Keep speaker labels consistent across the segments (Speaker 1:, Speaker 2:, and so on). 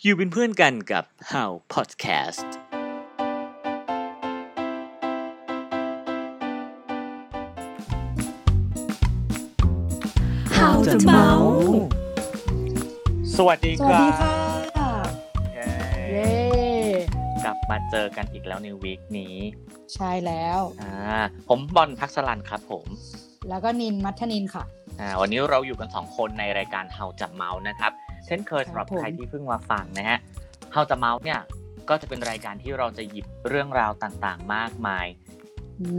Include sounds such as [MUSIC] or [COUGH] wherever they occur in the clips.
Speaker 1: อยู่เป็นเพื่อนกันกับ How Podcast
Speaker 2: เฮาจะเมา
Speaker 1: สวัสดี
Speaker 2: ส
Speaker 1: ครั
Speaker 2: วัสดี
Speaker 1: บ
Speaker 2: ค่ะ
Speaker 1: เย้
Speaker 2: เย้
Speaker 1: กลับมาเจอกันอีกแล้วในวีคนี้
Speaker 2: ใช่แล้ว
Speaker 1: อ่าผมบอลพักสลันครับผม
Speaker 2: แล้วก็นินมัทนินค่ะ
Speaker 1: อ่าวันนี้เราอยู่กัน 2 คนในรายการเฮาจับเมาส์นะครับ เช่นเคย
Speaker 2: ครับ
Speaker 1: สำหรับใคร
Speaker 2: ผม
Speaker 1: ที่เพิ่งมาฟังนะฮะเฮาจับเมาส์เนี่ยก็จะเป็นรายการที่เราจะหยิบเรื่องราวต่างๆ มากมาย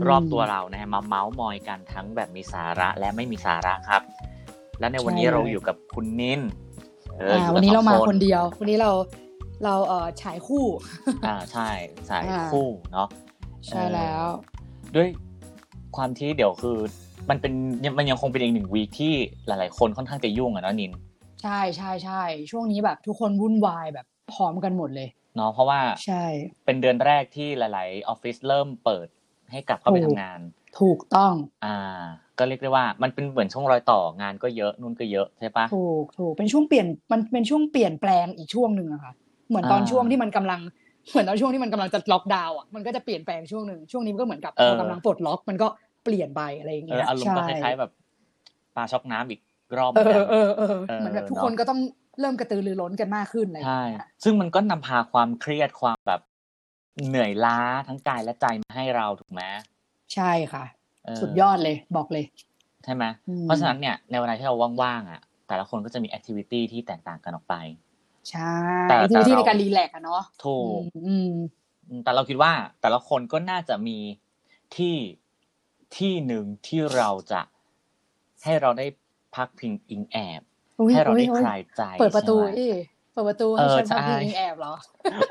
Speaker 2: ม
Speaker 1: รอบตัวเรานะฮะมาเมาส์มอยกันทั้งแบบมีสาระและไม่มีสาระครับ และในวันนี้เราอยู่กับคุณนินเอออ
Speaker 2: อ่า
Speaker 1: ยู่
Speaker 2: วั
Speaker 1: กัน
Speaker 2: นี้
Speaker 1: ส
Speaker 2: เรา
Speaker 1: อง
Speaker 2: มา
Speaker 1: ค
Speaker 2: คน นเดียว วันนี้เราเราเอ่อฉายคู่
Speaker 1: อ่าใช่สาย
Speaker 2: อ่า
Speaker 1: คู่เนาะ
Speaker 2: ใช่แล้ว
Speaker 1: ด้วยความที่เดี๋ยวคือมันเป็นยังมันยังคงเป็นอีกหนึ่งวีคที่หลายๆ คนค่อนข้างจะยุ่งอะเนาะนิน
Speaker 2: ใช่ใช่ใช่ช่วงนี้แบบทุกคนวุ่นวายแบบพร้อมกันหมดเลย
Speaker 1: เนาะเพราะว่า
Speaker 2: ใช่
Speaker 1: เป็นเดือนแรกที่หลาย ๆ ออฟฟิศเริ่มเปิดให้กลับเข้าไปทำ
Speaker 2: ถูก
Speaker 1: งาน
Speaker 2: ถูกต้อง
Speaker 1: อ่า ก็เรียกได้ว่ามันเป็นเหมือนช่วงรอยต่องานก็เยอะนู่นก็เยอะใช่ปะ
Speaker 2: ถูกถูกเป็นช่วงเปลี่ยนมันเป็นช่วงเปลี่ยนแปลงอีกช่วงหนึ่งอะค่ะ เหมือนตอน
Speaker 1: อ่า
Speaker 2: ช่วงที่มันกำลัง [LAUGHS] เหมือนตอนช่วงที่มันกำลังจะล็อกดาวน์อะมันก็จะเปลี่ยนแปลงช่วงหนึ่งช่วงนี้มันก็เหมือนกับ
Speaker 1: เออ
Speaker 2: พอกำลังปลดล็อกมันก็เปลี่ยนไปอะไรอย่าง
Speaker 1: เอ
Speaker 2: เงี้
Speaker 1: อย อารมณ์ก็ค
Speaker 2: ใช่
Speaker 1: ล้าย ๆ แบบปลาช็อกน้ำอีกรอบห
Speaker 2: เอ
Speaker 1: มืนกั
Speaker 2: อน เออเออ
Speaker 1: เออ
Speaker 2: เหมือนแบบทุก
Speaker 1: เนอะ
Speaker 2: คนก็ต้องเริ่มกระตือรือร้นกันมากขึ้นอะไรอย่าง
Speaker 1: ใช่
Speaker 2: เงี้ย
Speaker 1: ซึ่งมันก็นำพาความเครียดความแบบเหนื่อยล้าทั้งกายและใจมาให้เราถูกไหม
Speaker 2: ใช่ค่ะ
Speaker 1: เ
Speaker 2: สุดยอดเลยบอกเลย
Speaker 1: ใช่ไหม
Speaker 2: อืม
Speaker 1: เพราะฉะนั้นเนี่ยในเวลาที่เราว่าง ๆ อ่ะ แต่ละคนก็จะมีแอคทิวิตี้ที่แตกต่างกันออกไป
Speaker 2: ใช่
Speaker 1: แต่แต่
Speaker 2: ที่ที่ใน
Speaker 1: เรา
Speaker 2: การรีแลกซ์อะเนาะ
Speaker 1: ถู
Speaker 2: อื
Speaker 1: ก
Speaker 2: มอืม
Speaker 1: อืมแต่เราคิดว่าแต่ละคนก็น่าจะมีที่ที่หนึ่งที่เราจะให้เราได้พักพิงอิงแอบ
Speaker 2: อุ๊ย
Speaker 1: ให้เราได้
Speaker 2: อุ๊ย
Speaker 1: คลายใจ
Speaker 2: เปิดประตู
Speaker 1: ใช่ไหม
Speaker 2: เอ้ยเปิดประตู
Speaker 1: เอ
Speaker 2: ให้
Speaker 1: อ
Speaker 2: ฉันพัก
Speaker 1: ใช่
Speaker 2: พิงแอบเหรอ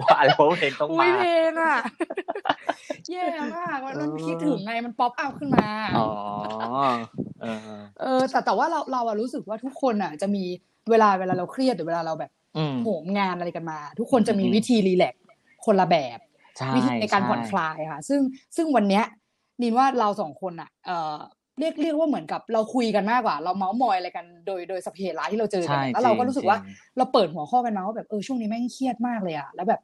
Speaker 1: ว่าแล้วเพลงต้อง
Speaker 2: อุ้
Speaker 1: มาย
Speaker 2: เพลงอ่ะ [LAUGHS] แย่มากมันมันคิดถึงไงมันป๊อปอัพขึ้นมา
Speaker 1: อ๋อเออ
Speaker 2: เออ แต่แต่ว่าเราเราอะรู้สึกว่าทุกคนอะจะมีเวลาเวลาเราเครียดหรือเวลาเราแบบ
Speaker 1: อืม
Speaker 2: โหมงานอะไรกันมา ทุกคนจะมี
Speaker 1: อืม
Speaker 2: วิธีรีแลกซ์คนละแบบ
Speaker 1: ใช่
Speaker 2: วิธีในการผ่อนค
Speaker 1: ใช่
Speaker 2: ลายค่ะ ซึ่งซึ่งวันเนี้ยนินว่าเราสองคนอ่ะเออเรียกเรียกว่าเหมือนกับเราคุยกันมากกว่า เราเมาส์มอยอะไรกันโดยโดยสพเปรร้ายที่เราเจอกั
Speaker 1: ใช่
Speaker 2: นอะแล้วเราก็
Speaker 1: ง
Speaker 2: รู้สึกว่า
Speaker 1: จง
Speaker 2: เราเปิดหัวข้อกันมาว่าแบบเออช่วงนี้แม่งเครียดมากเลยอ่ะแล้วแบบ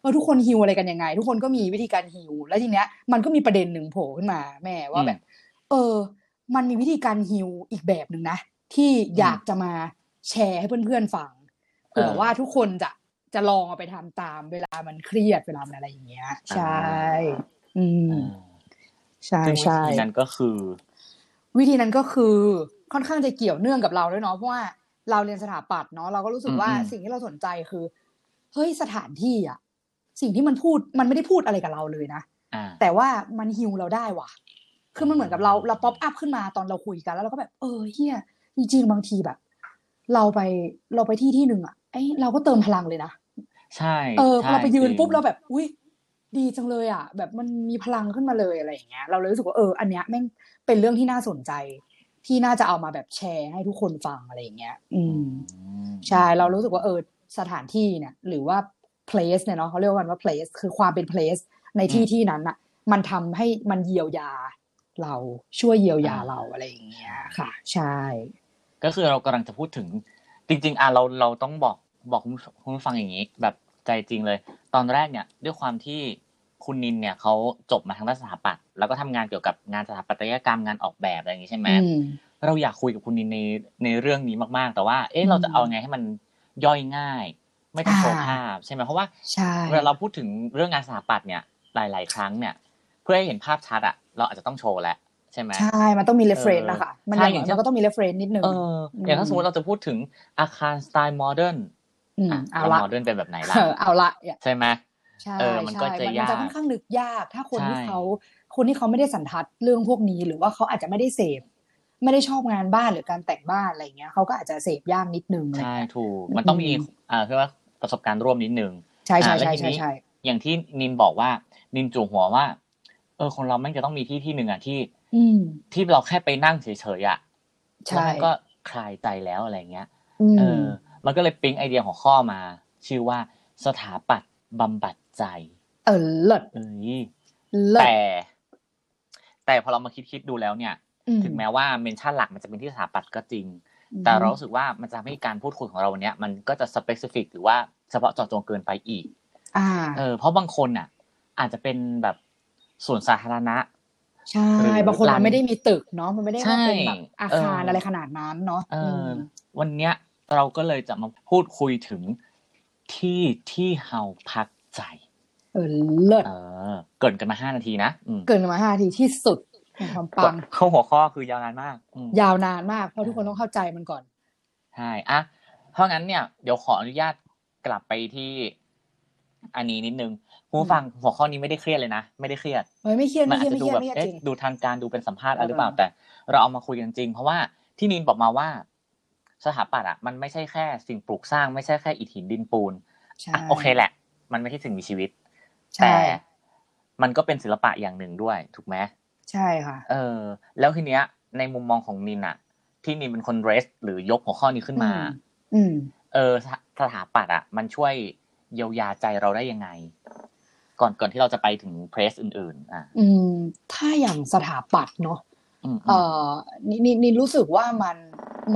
Speaker 2: เออทุกคนฮิวอะไรกันยังไง ทุกคนก็มีวิธีการฮิวแล้วทีเนี้ยมันก็มีประเด็นหนึ่งโผล่ขึ้นมาแม่ว่าแบบ เออ มันมีวิธีการฮิวอีกแบบหนึ่งนะ ที่อยากจะมาแชร์ให้เพื่อนๆฟังเผื่อว่าทุกคนจะจะลองเอาไปทำตามเวลามันเครียดเวลามันอะไรอย่างเงี้ย ใช่ อื
Speaker 1: อื
Speaker 2: ม
Speaker 1: ม
Speaker 2: ใช่
Speaker 1: ซึ่งวิ
Speaker 2: ใช่
Speaker 1: ธีนั้นก็คือ
Speaker 2: วิธีนั้นก็คือค่อนข้างจะเกี่ยวเนื่องกับเราด้วยเนาะเพราะว่าเราเรียนสถาปัตย์เนาะเราก็รู้สึกว่าสิ่งที่เราสนใจคือ เฮ้ยสถานที่อะสิ่งที่มันพูดมันไม่ได้พูดอะไรกับเราเลยนะ
Speaker 1: อ่า
Speaker 2: แต่ว่ามันฮิวเราได้ว่ะ คือมันเหมือนกับเราเราป๊อปอัพขึ้นมาตอนเราคุยกันแล้วเราก็แบบ เออเฮียจริงๆบางทีแบบ เราไปเราไปที่ที่หนึ่งอ่ะไอยเราก็เติมพลังเลยนะ
Speaker 1: ใช่
Speaker 2: เออพอ
Speaker 1: ใช่
Speaker 2: เราไปยืน
Speaker 1: จง
Speaker 2: ปุ๊บเราแบบ อุ้ยดีจังเลยอ่ะ แบบมันมีพลังขึ้นมาเลยอะไรอย่างเงี้ย เราเลยรู้สึกว่าเอออันเนี้ยแม่งเป็นเรื่องที่น่าสนใจ ที่น่าจะเอามาแบบแชร์ให้ทุกคนฟังอะไรอย่างเงี้ย อืม
Speaker 1: อืม
Speaker 2: ใช่เรารู้สึกว่าเออสถานที่เนี่ย หรือว่า place เนี่ยเนาะเขาเรียกว่ามันว่า place คือความเป็น place ในที่
Speaker 1: อืม
Speaker 2: ที่นั้นอะมันทำให้มันเยียวยา เราช่วยเยียวยาเราอะไรอย่างเงี้ยค่ะ ใช่
Speaker 1: ก็คือเรากำลังจะพูดถึงจริง ๆ อ่ะเราเราต้องบอกบอกคุณผู้คุณผู้ฟังอย่างนี้ แบบใจจริงเลย ตอนแรกเนี่ยด้วยความที่คุณนินเนี่ยเขาจบมาทางด้านสถาปัตย์แล้วก็ทำงานเกี่ยวกับงานสถาปัตยกรรมงานออกแบบอะไรอย่างนี้ใช่ไหม
Speaker 2: อืม
Speaker 1: เราอยากคุยกับคุณนินในในเรื่องนี้มากๆ แต่ว่า เอ๊ะ
Speaker 2: อืม
Speaker 1: เราจะเอาไงให้มันย่อยง่าย ไม่ต้องโชว์
Speaker 2: อ่า
Speaker 1: ภาพใช่ไหมเพราะว่า
Speaker 2: ใช่
Speaker 1: เวลาเราพูดถึงเรื่องงานสถาปัตย์เนี่ยหลาย ๆ ครั้งเนี่ย เพื่อให้เห็นภาพชัดอะเราอาจจะต้องโชว์แล้วใช่ไหม
Speaker 2: ใช่มันต้องมี reference
Speaker 1: เออ
Speaker 2: นะคะมันอ
Speaker 1: ใช่
Speaker 2: ย่า
Speaker 1: อ
Speaker 2: งน้
Speaker 1: ย่าง
Speaker 2: อย
Speaker 1: เช่น
Speaker 2: มันก็ต้องมี reference นิดนึง
Speaker 1: เอออย่างถ้า
Speaker 2: อืม
Speaker 1: สมมติเราจะพูดถึงอาคารสไตล์โมเดิร์น
Speaker 2: อืม
Speaker 1: อ่ะ
Speaker 2: เอา
Speaker 1: แล้ว
Speaker 2: ละ
Speaker 1: หมอเดินเป็นแบบไหนล่ะ
Speaker 2: เออเอาละอย่า
Speaker 1: ใช่ไหม
Speaker 2: ใช่
Speaker 1: เออมันก็
Speaker 2: ใช่
Speaker 1: จะ
Speaker 2: มันจะ
Speaker 1: ยาก
Speaker 2: ค่อนข้างนึกยาก ถ้าคนที่
Speaker 1: ใช่
Speaker 2: เขาคนที่เขาไม่ได้สันทัดเรื่องพวกนี้หรือว่าเขาอาจจะไม่ได้เสพไม่ได้ชอบงานบ้านหรือการแต่งบ้านอะไรอย่างเงี้ยเขาก็อาจจะเสพยากนิดนึงอะไรอย่า
Speaker 1: ใช่
Speaker 2: งเงี้ย
Speaker 1: ถูก
Speaker 2: อืม
Speaker 1: มันต้องมีอ่าคือว่าประสบการณ์ร่วมนิดนึง
Speaker 2: ใช่ใช่
Speaker 1: อ่า
Speaker 2: ใช่
Speaker 1: แล้วที
Speaker 2: ใช่
Speaker 1: นี้
Speaker 2: ใช่
Speaker 1: อย่างที่นินบอกว่า นินจู่หัวว่า เออคนเราแม่งจะต้องมีที่ที่หนึ่งอ่ะที่
Speaker 2: อืม
Speaker 1: ที่เราแค่ไปนั่งเฉยๆอ่ะแล้ว
Speaker 2: ใช่
Speaker 1: มันก็คลายใจแล้วอะไรเงี้ย
Speaker 2: อื
Speaker 1: เอ
Speaker 2: ม
Speaker 1: อ มันก็เลยปิ๊งไอเดียของข้อมา ชื่อว่าสถาปัตย์บำบัดใจ
Speaker 2: เออเลิศ
Speaker 1: เอ้ย
Speaker 2: เลิศ
Speaker 1: แต่ แต่พอเรามาคิดๆดูแล้วเนี่ย
Speaker 2: อืม
Speaker 1: ถึงแม้ว่าเมนชั่นหลักมันจะเป็นที่สถาปัตย์ก็จริง แต่เรารู้สึกว่ามันจะทำให้การพูดคุยของเราวันเนี้ยมันก็จะสเปซิฟิกหรือว่าเฉพาะเจาะจงเกินไปอีก
Speaker 2: อ่า
Speaker 1: เออเพราะบางคนอ่ะ อาจจะเป็นแบบส่วนสาธารณะ
Speaker 2: ใช่
Speaker 1: หรือบ
Speaker 2: างคน
Speaker 1: ร้า
Speaker 2: มัน นไม่ได้มีตึกเนาะมันไม่ได้ว่าเป็นแบ
Speaker 1: ใช
Speaker 2: บ
Speaker 1: ่
Speaker 2: อาคาร
Speaker 1: เอออ
Speaker 2: อะไรขนาดนั้นเนาะ
Speaker 1: เอออ
Speaker 2: ม
Speaker 1: วันเนี้ยเราก็เลยจะมาพูดคุยถึงที่ที่เฮาพักใจ
Speaker 2: เออเลิศ
Speaker 1: เออ เกรินกันมาห้านาทีนะอืม
Speaker 2: เกินมาห้าทีที่สุดแห่งความปัง
Speaker 1: เข้าหัวข้อคือยาวนานมากอืม
Speaker 2: ยาวนานมากเพราะทุกคนต้องเข้าใจมันก่อน
Speaker 1: ใช่อะเพราะงั้นเนี่ย เดี๋ยวขออนุญาตกลับไปที่อันนี้นิดนึงคุณผู้ฟังหัวข้อนี้ไม่ได้เครียดเลยนะ ไม่ได้เครียด
Speaker 2: เฮ้ยไม่เครียด
Speaker 1: มั
Speaker 2: ไม่
Speaker 1: น
Speaker 2: เค
Speaker 1: อาจ
Speaker 2: รียด
Speaker 1: จะดู
Speaker 2: ไม่เครียด
Speaker 1: แบบ
Speaker 2: ไม่เครียด
Speaker 1: เอ๊ะ
Speaker 2: จริง
Speaker 1: ดูทางการดูเป็นสัมภาษณ์อะไรหรือเปล่า
Speaker 2: เออ
Speaker 1: แต่เราเอามาคุยกันจริง เพราะว่าที่นินบอกมาว่า สถาปัตย์อ่ะ มันไม่ใช่แค่สิ่งปลูกสร้าง ไม่ใช่แค่อิฐหินดินปูน
Speaker 2: ใช่
Speaker 1: อ่ะโอเคแหละ มันไม่ใช่สิ่งมีชีวิต
Speaker 2: ใช่
Speaker 1: แต่มันก็เป็นศิลปะอย่างหนึ่งด้วย ถูกไหม
Speaker 2: ใช่ค่ะ
Speaker 1: เออแล้วทีเนี้ย ในมุมมองของนินอะที่นินเป็นคนเรส หรือยกหัวข้อนี้ขึ้นมา
Speaker 2: อืม อืม
Speaker 1: เออสถสถาปัตย์อะมันช่วยเยียวยาใจเราได้ยังไง ก่อนก่อนที่เราจะไปถึงเพรสอื่น ๆ อ่ะ
Speaker 2: อืม ถ้าอย่างสถาปัตย์เนาะ
Speaker 1: อืม
Speaker 2: เอ่อนี่นี่นี่รู้สึกว่ามัน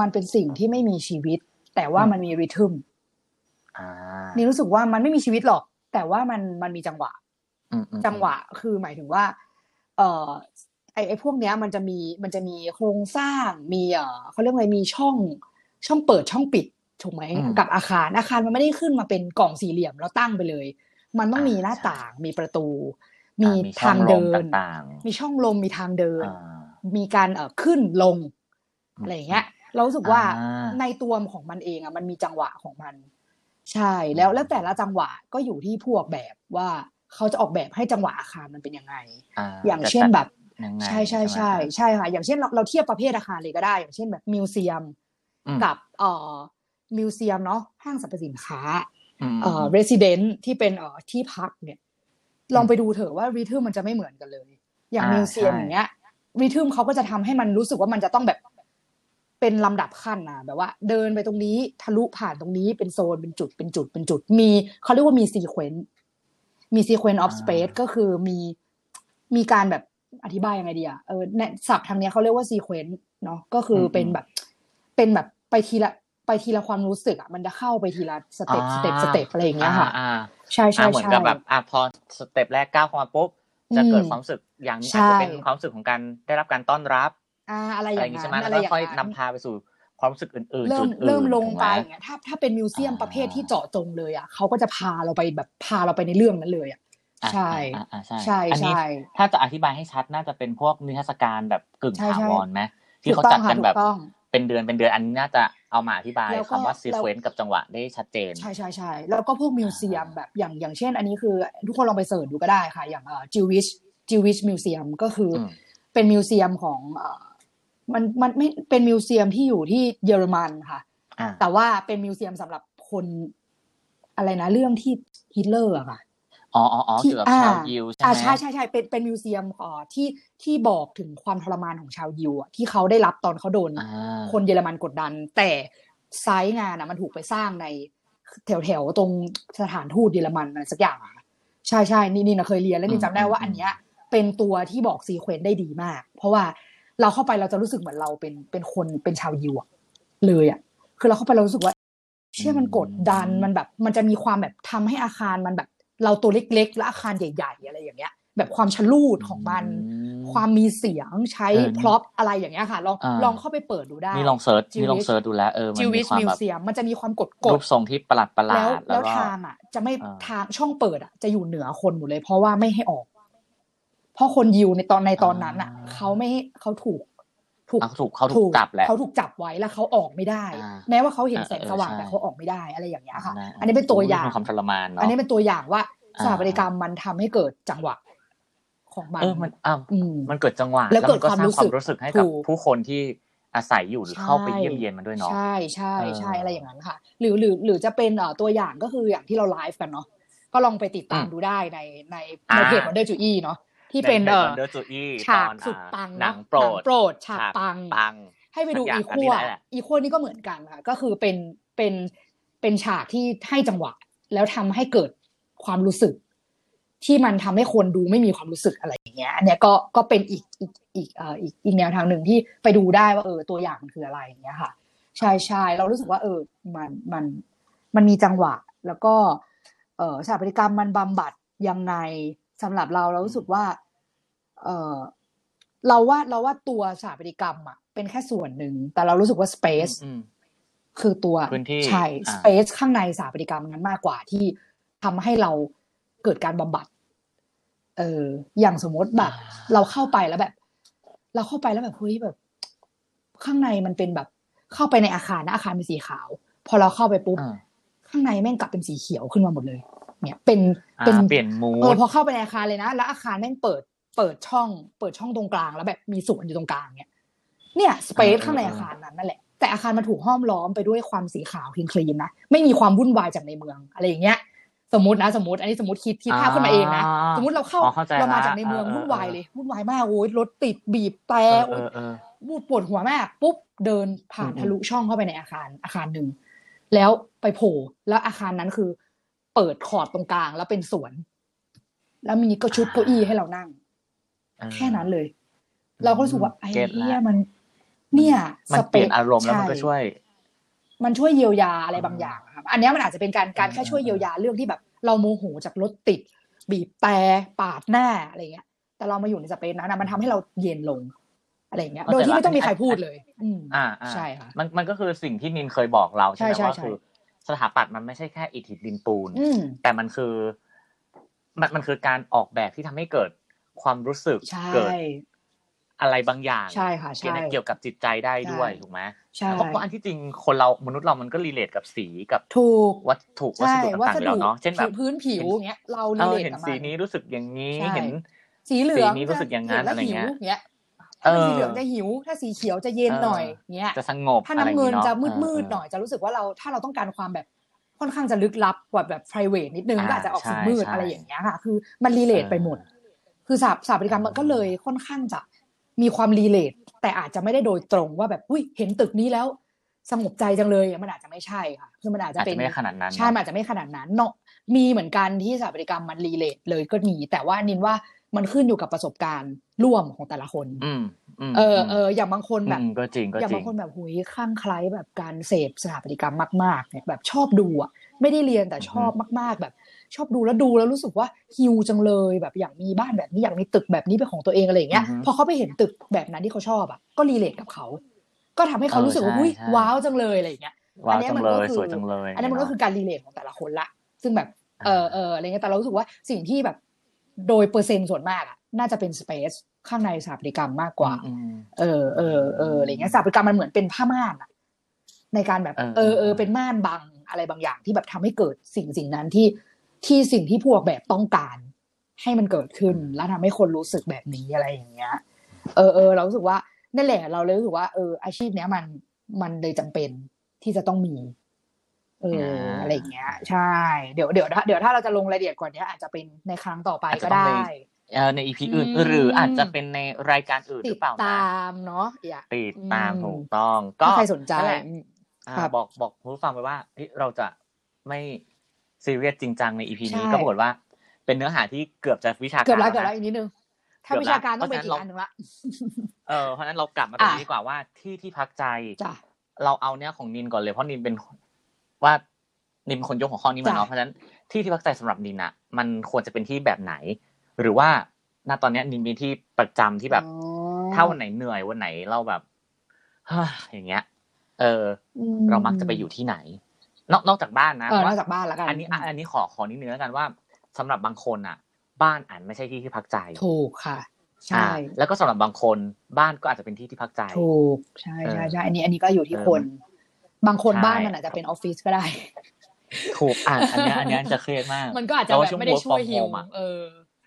Speaker 2: มันเป็นสิ่งที่ไม่มีชีวิต แต่ว่า
Speaker 1: อืม
Speaker 2: มันมีริทึม
Speaker 1: อ่า
Speaker 2: นี่รู้สึกว่ามันไม่มีชีวิตหรอก แต่ว่ามันมันมีจังหวะ
Speaker 1: อืมอืม
Speaker 2: จังหวะคือหมายถึงว่า เอ่อไอไอพวกเนี้ยมันจะมีมันจะมีโครงสร้างมีเอ่อเขาเรียกอะไรมีช่องช่องเปิดช่องปิดถูกไหมกับอาคารอาคารมันไม่ได้ขึ้นมาเป็นกล่องสี่เหลี่ยมแล้วตั้งไปเลย มันต้องมีหน้าต่างมีประตู มี
Speaker 1: อ่ะ
Speaker 2: ทาง
Speaker 1: ช่
Speaker 2: เดิ
Speaker 1: อน ลมต่าง
Speaker 2: มีช่องลมมีทางเดิ
Speaker 1: ๆ
Speaker 2: น
Speaker 1: อ่า
Speaker 2: มีการเอ่อขึ้นลง
Speaker 1: อืม
Speaker 2: อะไรอย่างเงี้ย เรารู้สึกว่า
Speaker 1: อ่า
Speaker 2: ในตัวของมันเองอ่ะมันมีจังหวะของมัน ใช่แล้ว
Speaker 1: อืม
Speaker 2: แล้วแต่ละจังหวะก็อยู่ที่ผู้ออกแบบว่าเขาจะออกแบบให้จังหวะอาคารมันเป็นยังไง อย่างเช่นแบบ
Speaker 1: ยังไง
Speaker 2: ใช่ใช่ใช่
Speaker 1: ไหม
Speaker 2: ใช่ค่ะอย่างเช่นเราเราเทียบประเภทอาคารเลยก็ได้ อย่างเช่นแบบมิวเซียม
Speaker 1: อืม
Speaker 2: กับเอ่อมิวเซียมเนาะห้างสรรพสินค้า
Speaker 1: อืม
Speaker 2: เอ่อ
Speaker 1: ม
Speaker 2: resident ที่เป็นเอ่อที่พักเนี่ย ลอง
Speaker 1: อืม
Speaker 2: ไปดูเถอะว่ารีทึมมันจะไม่เหมือนกันเลย อย่าง
Speaker 1: อ่า
Speaker 2: มิวเซียม
Speaker 1: ใช่
Speaker 2: อย่างเงี้ยรีทึมเขาก็จะทำให้มันรู้สึกว่ามันจะต้องแบบเป็นลำดับขั้นนะแบบว่า เดินไปตรงนี้ทะลุผ่านตรงนี้เป็นโซนเป็นจุดเป็นจุดเป็นจุด มีเขาเรียกว่ามีซีเควนต์มีซีเควนต์ออฟสเปซก็คือมีมีการแบบอธิบายยังไงดีอะเออในศัพท์ทางเนี้ยเขาเรียกว่าซีเควนต์เนาะก็คืออ
Speaker 1: ม
Speaker 2: เป็นแบบ เป็นแบบไปทีละไปทีละความรู้สึกอะมันจะเข้าไปทีละสเต็ป
Speaker 1: อ่า
Speaker 2: สเต็ปสเต็ปอะไรอย่างเงี้ยค่ะ
Speaker 1: อ่า
Speaker 2: ใช่
Speaker 1: อ่า
Speaker 2: ใช่
Speaker 1: เหมือน
Speaker 2: ใช่
Speaker 1: กับแบบอ่ะพอสเต็ปแรกก้าวเข้ามาปุ๊บจะเกิดความรู้สึกอย่างหนึงอาจจะ
Speaker 2: ใช่
Speaker 1: เป็นความรู้สึกของการได้รับการต้อนรับ
Speaker 2: อ่าอะไร
Speaker 1: อะไรอย่
Speaker 2: อา
Speaker 1: ย่าง งนี้ใช่
Speaker 2: นั้
Speaker 1: ไหม
Speaker 2: น
Speaker 1: แล้
Speaker 2: อะ
Speaker 1: ว
Speaker 2: ไร
Speaker 1: ก็
Speaker 2: อย่าง
Speaker 1: ค่อย
Speaker 2: นั้น
Speaker 1: นำพาไปสู่ความรู้สึกอื่นๆ
Speaker 2: เริ่ม
Speaker 1: จุดอื่น
Speaker 2: เริ่มลง
Speaker 1: ถูกห
Speaker 2: ไปอย่างเงี้ยถ้าถ้าเป็นมิวเซียม
Speaker 1: อ่า
Speaker 2: ประเภทที่เจาะจงเลยอ่ะเขาก็จะพาเราไปแบบพาเราไปในเรื่องนั้นเลยอ่ะ
Speaker 1: อ่ะ
Speaker 2: ใช่
Speaker 1: อ่ะอ่ะอ่ะ
Speaker 2: ใช่
Speaker 1: อันนี้
Speaker 2: ใช่
Speaker 1: ถ้าจะอธิบายให้ชัดน่าจะเป็นพวกนิทรรศการแบบกึ่ง
Speaker 2: ใช่
Speaker 1: ถา
Speaker 2: ใช่
Speaker 1: วรไหม
Speaker 2: ถู
Speaker 1: ที่
Speaker 2: ก
Speaker 1: เขา
Speaker 2: ต้อ
Speaker 1: จั
Speaker 2: ง
Speaker 1: ด
Speaker 2: ค่ะ
Speaker 1: กัน
Speaker 2: ถู
Speaker 1: แบ
Speaker 2: ก
Speaker 1: บ
Speaker 2: ต้อง
Speaker 1: เป็นเดือนเป็นเดือนอันนี้น่าจะเอามาอธิบาย
Speaker 2: แล้วก็
Speaker 1: คำว่าซี
Speaker 2: แล้ว
Speaker 1: เควนต์กับจังหวะได้ชัดเจน
Speaker 2: ใช่ใช่ใช่แล้วก็พวกมิวเซียมแบบอย่างอย่างเช่น อันนี้คือ ทุกคนลองไปเสิร์ชดูก็ได้ค่ะ อย่างเอ่อจิวิชจิวิชมิวเซียมก็คืออ
Speaker 1: ม
Speaker 2: เป็นมิวเซียมของเอ่อมันมันไม่เป็นมิวเซียมที่อยู่ที่เยอรมันค่ะ
Speaker 1: อ่ะ
Speaker 2: แต่ว่าเป็นมิวเซียมสำหรับคนอะไรนะ เรื่องที่ฮิตเลอร์อะค่ะ
Speaker 1: อ๋ออ๋ออ๋อ
Speaker 2: ที่
Speaker 1: เกี่ยวกับ
Speaker 2: อ่า
Speaker 1: ชาวยิวใช่
Speaker 2: อ่า
Speaker 1: ไหม
Speaker 2: ใช่ใช่ใช่เป็นเป็นมิวเซียมเอ่อที่ที่บอกถึงความทรมานของชาวยิวอะที่เขาได้รับตอนเขาโดน
Speaker 1: อ่า
Speaker 2: คนเยอรมันกดดัน แต่ไซต์งานอะมันถูกไปสร้างในแถวแถวๆตรงสถานทูตเยอรมันอะไรสักอย่างอะใช่ใช่นี่นี่นะเคยเรียนแล้วนี่จำได้ว่าอันเนี้ย เป็นตัวที่บอกซีเควนต์ได้ดีมาก เพราะว่าเราเข้าไปเราจะรู้สึกเหมือนเราเป็นเป็นคนเป็นชาวยิวอะเลยอะคือเราเข้าไปเรารู้สึกว่า เชื่อมันกดดันมันแบบ มันจะมีความแบบทำให้อาคารมันแบบ เราตัวเล็กๆ และอาคารใหญ่ ๆ อะไรอย่างเงี้ย แบบความชะลูดของมัน
Speaker 1: อื
Speaker 2: ความมีเสียงใช้
Speaker 1: เออนี่
Speaker 2: พร็อพอะไรอย่างเงี้ยค่ะ ลอง
Speaker 1: อ่า
Speaker 2: ลองเข้าไปเปิดดูได้
Speaker 1: นี่ลองเซิร์ช
Speaker 2: Jewish
Speaker 1: นี่ลองเซิร์ชดูแล้วเออมัน
Speaker 2: จิวิ
Speaker 1: มี
Speaker 2: ช
Speaker 1: ความ
Speaker 2: มิว
Speaker 1: แบบ
Speaker 2: เซียมมันจะมีความกดก
Speaker 1: รู
Speaker 2: ด
Speaker 1: ปทรงที่ประหลาดประหลา
Speaker 2: แล้ว
Speaker 1: ด
Speaker 2: แล้วทางอ่ะ จะไม่
Speaker 1: อ่า
Speaker 2: ทางช่องเปิดอ่ะจะอยู่เหนือคนหมดเลย เพราะว่าไม่ให้ออก เพราะคนยิวในตอนในตอนนั้นอ่ะ
Speaker 1: อ่า
Speaker 2: เขาไม่ให้เขาถูก ถูก
Speaker 1: อ่ะถูกเขาถูกจับแหละ
Speaker 2: เขาถูกจับไว้แล้วเขาออกไม่ได้
Speaker 1: อ่า
Speaker 2: แม้ว่าเขาเห็นแสง
Speaker 1: เออเออ
Speaker 2: สว่าง
Speaker 1: ใช่
Speaker 2: แต่เขาออกไม่ได้อะไรอย่างเงี้ยค่ะ
Speaker 1: นะ
Speaker 2: อันนี้เป็นตัวอย่าง
Speaker 1: มีความทรมานเนาะ
Speaker 2: อันนี้เป็นตัวอย่างว่า
Speaker 1: อ่า
Speaker 2: สถาปัตยกรรมมันทำให้เกิดจังหวะของมัน
Speaker 1: เออมันอ้าว
Speaker 2: อืม
Speaker 1: มันเกิดจังหวะ
Speaker 2: แล้วเกิด
Speaker 1: มันสร้าง
Speaker 2: ความรู้สึก
Speaker 1: ความรู้สึกให้กับ
Speaker 2: ถูก
Speaker 1: ผู้คนที่อาศัยอยู่หรือเข้าไปเยี่ยมเยียนมันด้วยเนาะ
Speaker 2: ใช่ใช่ใช่
Speaker 1: เอออ
Speaker 2: อะไรอย่างนั้นค่ะ หรือหรือหรือจะเป็นเอ่อตัวอย่างก็คืออย่างที่เราไลฟ์กันเนาะก็ลองไปติดตาม
Speaker 1: อืม
Speaker 2: ดูได้ในใน
Speaker 1: อ่า
Speaker 2: ในเพจ Wonder จูอี้เนาะที่เป็น
Speaker 1: แด
Speaker 2: เอ่อ
Speaker 1: วันเดอร์จูอี้
Speaker 2: ฉาก
Speaker 1: ตอน
Speaker 2: สุดปัง
Speaker 1: หนั
Speaker 2: เนาะ
Speaker 1: งโปรด
Speaker 2: โปรดฉากปัง
Speaker 1: ปัง
Speaker 2: ให้ไปดู
Speaker 1: สักอย่าง
Speaker 2: อี
Speaker 1: อัน
Speaker 2: คัว
Speaker 1: นี้แหละ
Speaker 2: อีคัวนี่ก็เหมือนกันค่ะ ก็คือเป็นเป็นเป็นฉากที่ให้จังหวะ แล้วทำให้เกิดความรู้สึก ที่มันทำให้คนดูไม่มีความรู้สึกอะไรอย่างเงี้ย อันเนี้ยก็ก็เป็นอีกอีกอีกเอ่ออีกอีกแนวทางหนึ่งที่ไปดูได้ว่าเออตัวอย่างมันคืออะไรอย่างเงี้ยค่ะ ใช่ใช่เรารู้สึกว่า เออ มันมันมันมีจังหวะ แล้วก็ เออสถาปัตยกรรมมันบำบัดยังไงสำหรับเราเรารู้สึกว่า เออเราว่าเราว่าตัวสถาปัตยกรรมอ่ะเป็นแค่ส่วนหนึ่ง แต่เรารู้สึกว่าสเปซ
Speaker 1: อืม
Speaker 2: คือตัว
Speaker 1: พื้นที่
Speaker 2: ใช่
Speaker 1: อ่า
Speaker 2: สเปซข้างในสถาปัตยกรรมนั้นมากกว่าที่ทำให้เราเกิดการบำบัด เออ อย่างสมมติแบบ เราเข้าไปแล้วแบบ เราเข้าไปแล้วแบบเฮ้ยแบบ ข้างในมันเป็นแบบ เข้าไปในอาคารนะอาคารเป็นสีขาว พอเราเข้าไปปุ๊บ
Speaker 1: อ่า
Speaker 2: ข้างในแม่งกลับเป็นสีเขียวขึ้นมาหมดเลย เนี่ยเป็น
Speaker 1: อ่า
Speaker 2: เป็น
Speaker 1: เปลี่ยนมู
Speaker 2: เออ
Speaker 1: ด
Speaker 2: พอเข้าไปในอาคารเลยนะแล้วอาคารแม่งเปิดเปิดช่อง เปิดช่องตรงกลางแล้วแบบมีสวนอยู่ตรงกลางเนี่ยเนี่ยสเป
Speaker 1: เออ
Speaker 2: ซ
Speaker 1: เออ
Speaker 2: ข้างในอาคารนั้นนั่นแหละแต่อาคารมันถูกห้อมล้อมไปด้วยความสีขาวคลีนๆนะไม่มีความวุ่นวายจากในเมือง อะไรอย่างเงี้ย สมมตินะสมมติ อันนี้สมมติคิดคิดภาพขึ้นมาเองนะ
Speaker 1: อ่า
Speaker 2: สมมติเราเข้า
Speaker 1: อ๋อเข้าใจ
Speaker 2: เรามา
Speaker 1: ละ
Speaker 2: จากในเมือง
Speaker 1: เออเออ
Speaker 2: วุ่นวายเลยวุ่นวายมากโอ้ยรถติดบีบแตร
Speaker 1: เออ
Speaker 2: โอ้ย
Speaker 1: เออเออ
Speaker 2: วูบปวดหัวมากปุ๊บเดินผ่าน
Speaker 1: อืม
Speaker 2: ทะลุช่องเข้าไปในอาคารอาคารหนึ่งแล้วไปโผล่แล้วอาคารนั้นคือ เปิดขอดตรงกลางแล้วเป็นสวน แล้วมีก็ชุดเก้าอี้ให้เรานั่ง
Speaker 1: เออ
Speaker 2: แค่นั้นเลย เราก็รู้สึกว่าไอ้
Speaker 1: เก็ตละ
Speaker 2: เหี้ยมัน เนี่ย
Speaker 1: มัน
Speaker 2: ส
Speaker 1: เปลี่ยนอารมณ์แล้วมันก็
Speaker 2: ใ
Speaker 1: ช่วย
Speaker 2: มันช่วยเยียวยาอะไร
Speaker 1: อืม
Speaker 2: บางอย่างอะครับ อันเนี้ยมันอาจจะเป็นการการ
Speaker 1: อืม
Speaker 2: แค่ช่วยเยียวยาเรื่องที่แบบ เราโมโหจากรถติด บีบแต่ปาดหน้าอะไรเงี้ย แต่เรามาอยู่ในสเปซนั้นอะมันทำให้เราเย็นลง อะไรเงี้ย
Speaker 1: เข้าใจ
Speaker 2: โดยที่
Speaker 1: ละ
Speaker 2: ไม่ต้องมีใคร
Speaker 1: อัน
Speaker 2: พูดเลย อืม
Speaker 1: อ่าอ่า
Speaker 2: ใช่ค่ะ
Speaker 1: มันมันก็คือสิ่งที่นินเคยบอกเราใช่ไหม
Speaker 2: ใช่ใช่
Speaker 1: ว่า
Speaker 2: ใช่
Speaker 1: คือสถาปัตย์มันไม่ใช่แค่อิฐหินดินปูน
Speaker 2: อืม
Speaker 1: แต่มันคือ มันมันคือการออกแบบที่ทำให้เกิดความรู้สึก
Speaker 2: ใช่
Speaker 1: เกิดอะไรบางอย่าง
Speaker 2: ใช่ค่ะใช่
Speaker 1: เกี่ยวกับจิตใจได้ด้วย
Speaker 2: ใช่
Speaker 1: ถูกไหม
Speaker 2: ใช่
Speaker 1: เพราะเพราะอันที่จริงคนเรามนุษย์เรามันก็รีเลทกับสีกับ
Speaker 2: ถูก
Speaker 1: วัตถุวัส
Speaker 2: ใช่
Speaker 1: ดุต่างๆอยู่แล้วเนาะเช่นแบบ
Speaker 2: พื้นผิวอย่างเงี้ยเรา
Speaker 1: เออ
Speaker 2: รีเลท
Speaker 1: เห็น
Speaker 2: กับมั
Speaker 1: สี
Speaker 2: น
Speaker 1: นี้รู้สึกอย่างนี้
Speaker 2: ใช่
Speaker 1: เห็น
Speaker 2: สีเหลือง
Speaker 1: สีนี้รู้สึกอย่างนั้น
Speaker 2: จะห็แล้ว
Speaker 1: อะไรเงี้ย
Speaker 2: หิวเงี้ย
Speaker 1: เอ
Speaker 2: ถ้า
Speaker 1: อ
Speaker 2: เป็นสีเหลืองจะหิว ถ้าสีเขียวจะเย็น
Speaker 1: เออ
Speaker 2: หน่อยเงี้ย
Speaker 1: จะสงบ
Speaker 2: ถ้า
Speaker 1: อะไรอย่า
Speaker 2: น้ำ
Speaker 1: ง
Speaker 2: เงิ
Speaker 1: งี้
Speaker 2: น
Speaker 1: เนาะ
Speaker 2: จะมืด
Speaker 1: เ
Speaker 2: มืดหน่อยจะรู้สึกว่าเราถ้าเราต้องการความแบบค่อนข้างจะลึกลับกว่าแบบ p r i v a t นิดนึง
Speaker 1: อ่า
Speaker 2: ก็อาจจะออกสี
Speaker 1: ใช่
Speaker 2: มืด
Speaker 1: ใช่
Speaker 2: อะไรอย่างเงี้ยค่ะ คือมันรีเลท
Speaker 1: เออ
Speaker 2: ไปหมด คือสถาสถาปัตยกรรมมันก็เลยค่อนข้างจะมีความรีเลทแต่อาจจะไม่ได้โดยตรงว่าแบบอุ้ยเห็นตึกนี้แล้ว สงบใจจังเลยมันอาจจะไม่ใช่ค่ะคือมันอาจจะ
Speaker 1: อาจ
Speaker 2: เป็
Speaker 1: จะ
Speaker 2: น
Speaker 1: ไม่ขนาดนั้น
Speaker 2: ใช่มันอาจจะไม่ขนาดนั้นเนาะมีเหมือนกันที่สถาปัตยกรรมมันรีเลทเลยก็มีแต่ว่านินว่ามันขึ้นอยู่กับประสบการณ์ร่วมของแต่ละคน
Speaker 1: อืมม
Speaker 2: เออเอออย่างบางคนแบบ
Speaker 1: อืมก็จริงก็
Speaker 2: อย่าง
Speaker 1: จริ
Speaker 2: บาง
Speaker 1: ง
Speaker 2: คนแบบหุยข้างไคล้ายแบบการเสพสถาปัตยกรรมมากๆเนี่ยแบบชอบดูอ่ะไม่ได้เรียนแต่ชอบมาก ๆ แบบ ชอบดูแล้วดูแล้วรู้สึกว่าฮิวจังเลยแบบอยากมีบ้านแบบนี้อยากมีตึกแบบนี้เป็นของตัวเองอะไรอย่างเงี้ย
Speaker 1: อือฮึ
Speaker 2: พอเขาไปเห็นตึกแบบนั้นที่เขาชอบอ่ะก็รีเลทกับเขา ก็ทำให้เขา
Speaker 1: เออ
Speaker 2: รู้สึกว่า
Speaker 1: ใช่
Speaker 2: หุย
Speaker 1: ใช่
Speaker 2: ว้าวจังเลยอะไรอย่างเงี้ย
Speaker 1: ว้าว
Speaker 2: อั
Speaker 1: น
Speaker 2: เนี้ย
Speaker 1: จัง
Speaker 2: มัน
Speaker 1: เล
Speaker 2: ก็
Speaker 1: ย
Speaker 2: คือ
Speaker 1: สวยจังเลย
Speaker 2: อันนี้มันก็
Speaker 1: เาะ
Speaker 2: คือการรีเลทของแต่ละคนละ ซึ่งแบบ เอ
Speaker 1: อ่า
Speaker 2: อเอออะไรเงี้ยแต่เรารู้สึกว่าสิ่งที่แบบ โดยเปอร์เซ็นต์ส่วนมากอะน่าจะเป็นสเปซข้างในสถาปัตยกรรมมากกว่า
Speaker 1: อืม
Speaker 2: เออเออเอออะไรเงี้ยสถาปัตยกรรมมันเหมือนเป็นผ้าม่านอะในการแบบ
Speaker 1: เออ
Speaker 2: เออเอ
Speaker 1: เอ
Speaker 2: อ
Speaker 1: อ
Speaker 2: เป็นม่านบังอะไรบางอย่างที่แบบทำให้เกิดสิ่งสิ่งนั้นที่ที่สิ่งที่ผู้ออกแบบต้องการ ให้มันเกิดขึ้นแล้วทำให้คนรู้สึกแบบนี้อะไรอย่างเงี้ย เออเออเรารู้สึกว่านั่นแหละ เราเลยรู้สึกว่าเอออาชีพเนี้ยมันมันเลยจำเป็นที่จะต้องมี เอออา อะไรอย่างเงี้ย ใช่ เดี๋ยวเดี๋ยวถ้าเดี๋ยวถ้าเราจะลงรายละเอียดกว่านี้อาจจะเป็นในครั้งต่อไป
Speaker 1: อาจ
Speaker 2: ก็
Speaker 1: จะต้อง
Speaker 2: ได้
Speaker 1: ไป เออในอีพีอื่น
Speaker 2: อืม
Speaker 1: หรืออาจจะเป็นในรายการอื่นห
Speaker 2: ติ
Speaker 1: รือ
Speaker 2: ด
Speaker 1: เปล่านะ
Speaker 2: ตามเนาะอย่า
Speaker 1: ติดตาม
Speaker 2: อืม
Speaker 1: ถูกต้อง ก็
Speaker 2: ถ้าใครสนใจ
Speaker 1: นั่นแหละอ่า
Speaker 2: ครับ
Speaker 1: บอกบอกคุณผู้ฟังไปว่าเฮ้ยเราจะไม่ซีเรียสจริงจังในอีพีนี้
Speaker 2: ใช่
Speaker 1: ก็ปรากฏว่า เป็นเนื้อหาที่เกือบจะวิชาการ
Speaker 2: เกือบละ
Speaker 1: นะ
Speaker 2: เกือบละอีกนิดนึง ถ้า
Speaker 1: เกือบละ
Speaker 2: วิชาการต้องเป็น
Speaker 1: เพ
Speaker 2: อี
Speaker 1: ราะ
Speaker 2: ก
Speaker 1: ฉะนั้น
Speaker 2: อันหนึงละ
Speaker 1: เออเพราะฉะนั้นเรากลับมาตรง
Speaker 2: อ่ะ
Speaker 1: นี้ดีกว่าว่าที่ที่พักใจ
Speaker 2: จ้ะ
Speaker 1: เราเอาเนี้ยของนินก่อนเลยเพราะนินเป็นว่านินเป็นคนยกหัวข้อนี้มาเนาะ
Speaker 2: จ้ะ
Speaker 1: เพราะฉะนั้นที่ที่พักใจสำหรับนินอะมันควรจะเป็นที่แบบไหน หรือว่าณตอนเนี้ยนินมีที่ประจำที่แบบ
Speaker 2: อ๋อ
Speaker 1: ถ้าวันไหนเหนื่อยวันไหนเราแบบ [SIGHS] อย่างเงี้ย เออ
Speaker 2: อื
Speaker 1: เรามักจะไปอยู่ที่ไหน นอกนอกจากบ้านนะ
Speaker 2: เออ
Speaker 1: ว่
Speaker 2: นอกจากบ้านละกัน
Speaker 1: อันนี้อ่ะอันนี้ขอขอนิดนึงแล้วกันว่าสำหรับบางคนอะบ้านอาจไม่ใช่ที่ที่พักใจ
Speaker 2: ถูกค่ะ
Speaker 1: อ่า
Speaker 2: ใช่
Speaker 1: แล้วก็สำหรับบางคนบ้านก็อาจจะเป็นที่ที่พักใจ
Speaker 2: ถูกใช่ใช่
Speaker 1: เออ
Speaker 2: ใช่อันนี้อันนี้ก็อยู่ที่
Speaker 1: เออ
Speaker 2: คน บางคน
Speaker 1: ใช่
Speaker 2: บ้านมันอาจจะเป็นออฟฟิศก็ได้
Speaker 1: ถูกอ่ะอันเนี้ยอันเนี้ยจะเครียดมาก
Speaker 2: มันก็อาจจะ
Speaker 1: เรา
Speaker 2: แบ
Speaker 1: ว่า
Speaker 2: บ
Speaker 1: ช่วง
Speaker 2: ไม่ได้
Speaker 1: work
Speaker 2: ช่วย
Speaker 1: from
Speaker 2: ฮิว
Speaker 1: home อะ
Speaker 2: เออ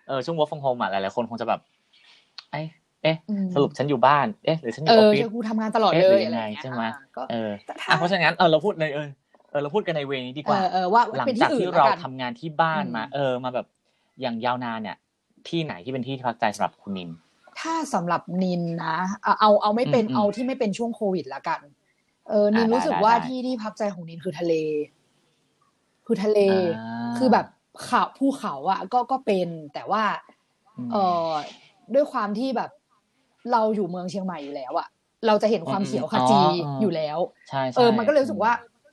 Speaker 1: เออช่วง work from home อ่ะหลายๆคนคงจะแบบเอ้ยเอ๊ะ
Speaker 2: อืม
Speaker 1: สรุปฉันอยู่บ้านเอ๊ะหรือฉันอ
Speaker 2: เอ
Speaker 1: ออฟฟิศ
Speaker 2: ยู่อจะกูทำงานตลอด
Speaker 1: เอ๊ะ
Speaker 2: เล
Speaker 1: หรื
Speaker 2: ย
Speaker 1: อยั
Speaker 2: อะ
Speaker 1: ง
Speaker 2: ไร
Speaker 1: ไง
Speaker 2: อย่างเงี้ย
Speaker 1: ใช่ไหม
Speaker 2: อ่าก็
Speaker 1: เออ
Speaker 2: แต่ถ้า
Speaker 1: อ่ะเพราะฉะนั้นเออเราพูดในเออเออเราพูดกันในเวนี้ดีก
Speaker 2: เอ
Speaker 1: ว่า
Speaker 2: อเออว่า
Speaker 1: หลัง
Speaker 2: เป็น
Speaker 1: จาก
Speaker 2: ที่อื่
Speaker 1: ที่
Speaker 2: น
Speaker 1: เรา
Speaker 2: ละกัน
Speaker 1: ทำงานที่บ้าน
Speaker 2: อืม
Speaker 1: มา เออมาแบบอย่างยาวนานเนี่ย ที่ไหนที่เป็นที่พักใจสำหรับคุณนิน
Speaker 2: ถ้าสำหรับนินนะเอาเอาเอาไม่เป็น
Speaker 1: อืมอืม
Speaker 2: เอาที่ไม่เป็นช่วงโควิดละกันเออ
Speaker 1: อ่า
Speaker 2: นิน
Speaker 1: ได้
Speaker 2: รู้สึก
Speaker 1: ได้
Speaker 2: ว่า
Speaker 1: ได้
Speaker 2: ที่ที่พักใจของนินคือทะเล คือทะเล
Speaker 1: อ่า
Speaker 2: คือแบบเขาภูเขาอะก็ก็เป็นแต่ว่า เออด้วยความที่แบบเราอยู่เมืองเชียงใหม่อยู่แล้วอะ เราจะเห็นความ
Speaker 1: อืม
Speaker 2: เขียวข
Speaker 1: อ๋อ
Speaker 2: จี
Speaker 1: อ๋อ
Speaker 2: อ
Speaker 1: อ
Speaker 2: ยู่แล้ว
Speaker 1: ใช่ใช่
Speaker 2: เออ มันก็เลยรู้สึกว่า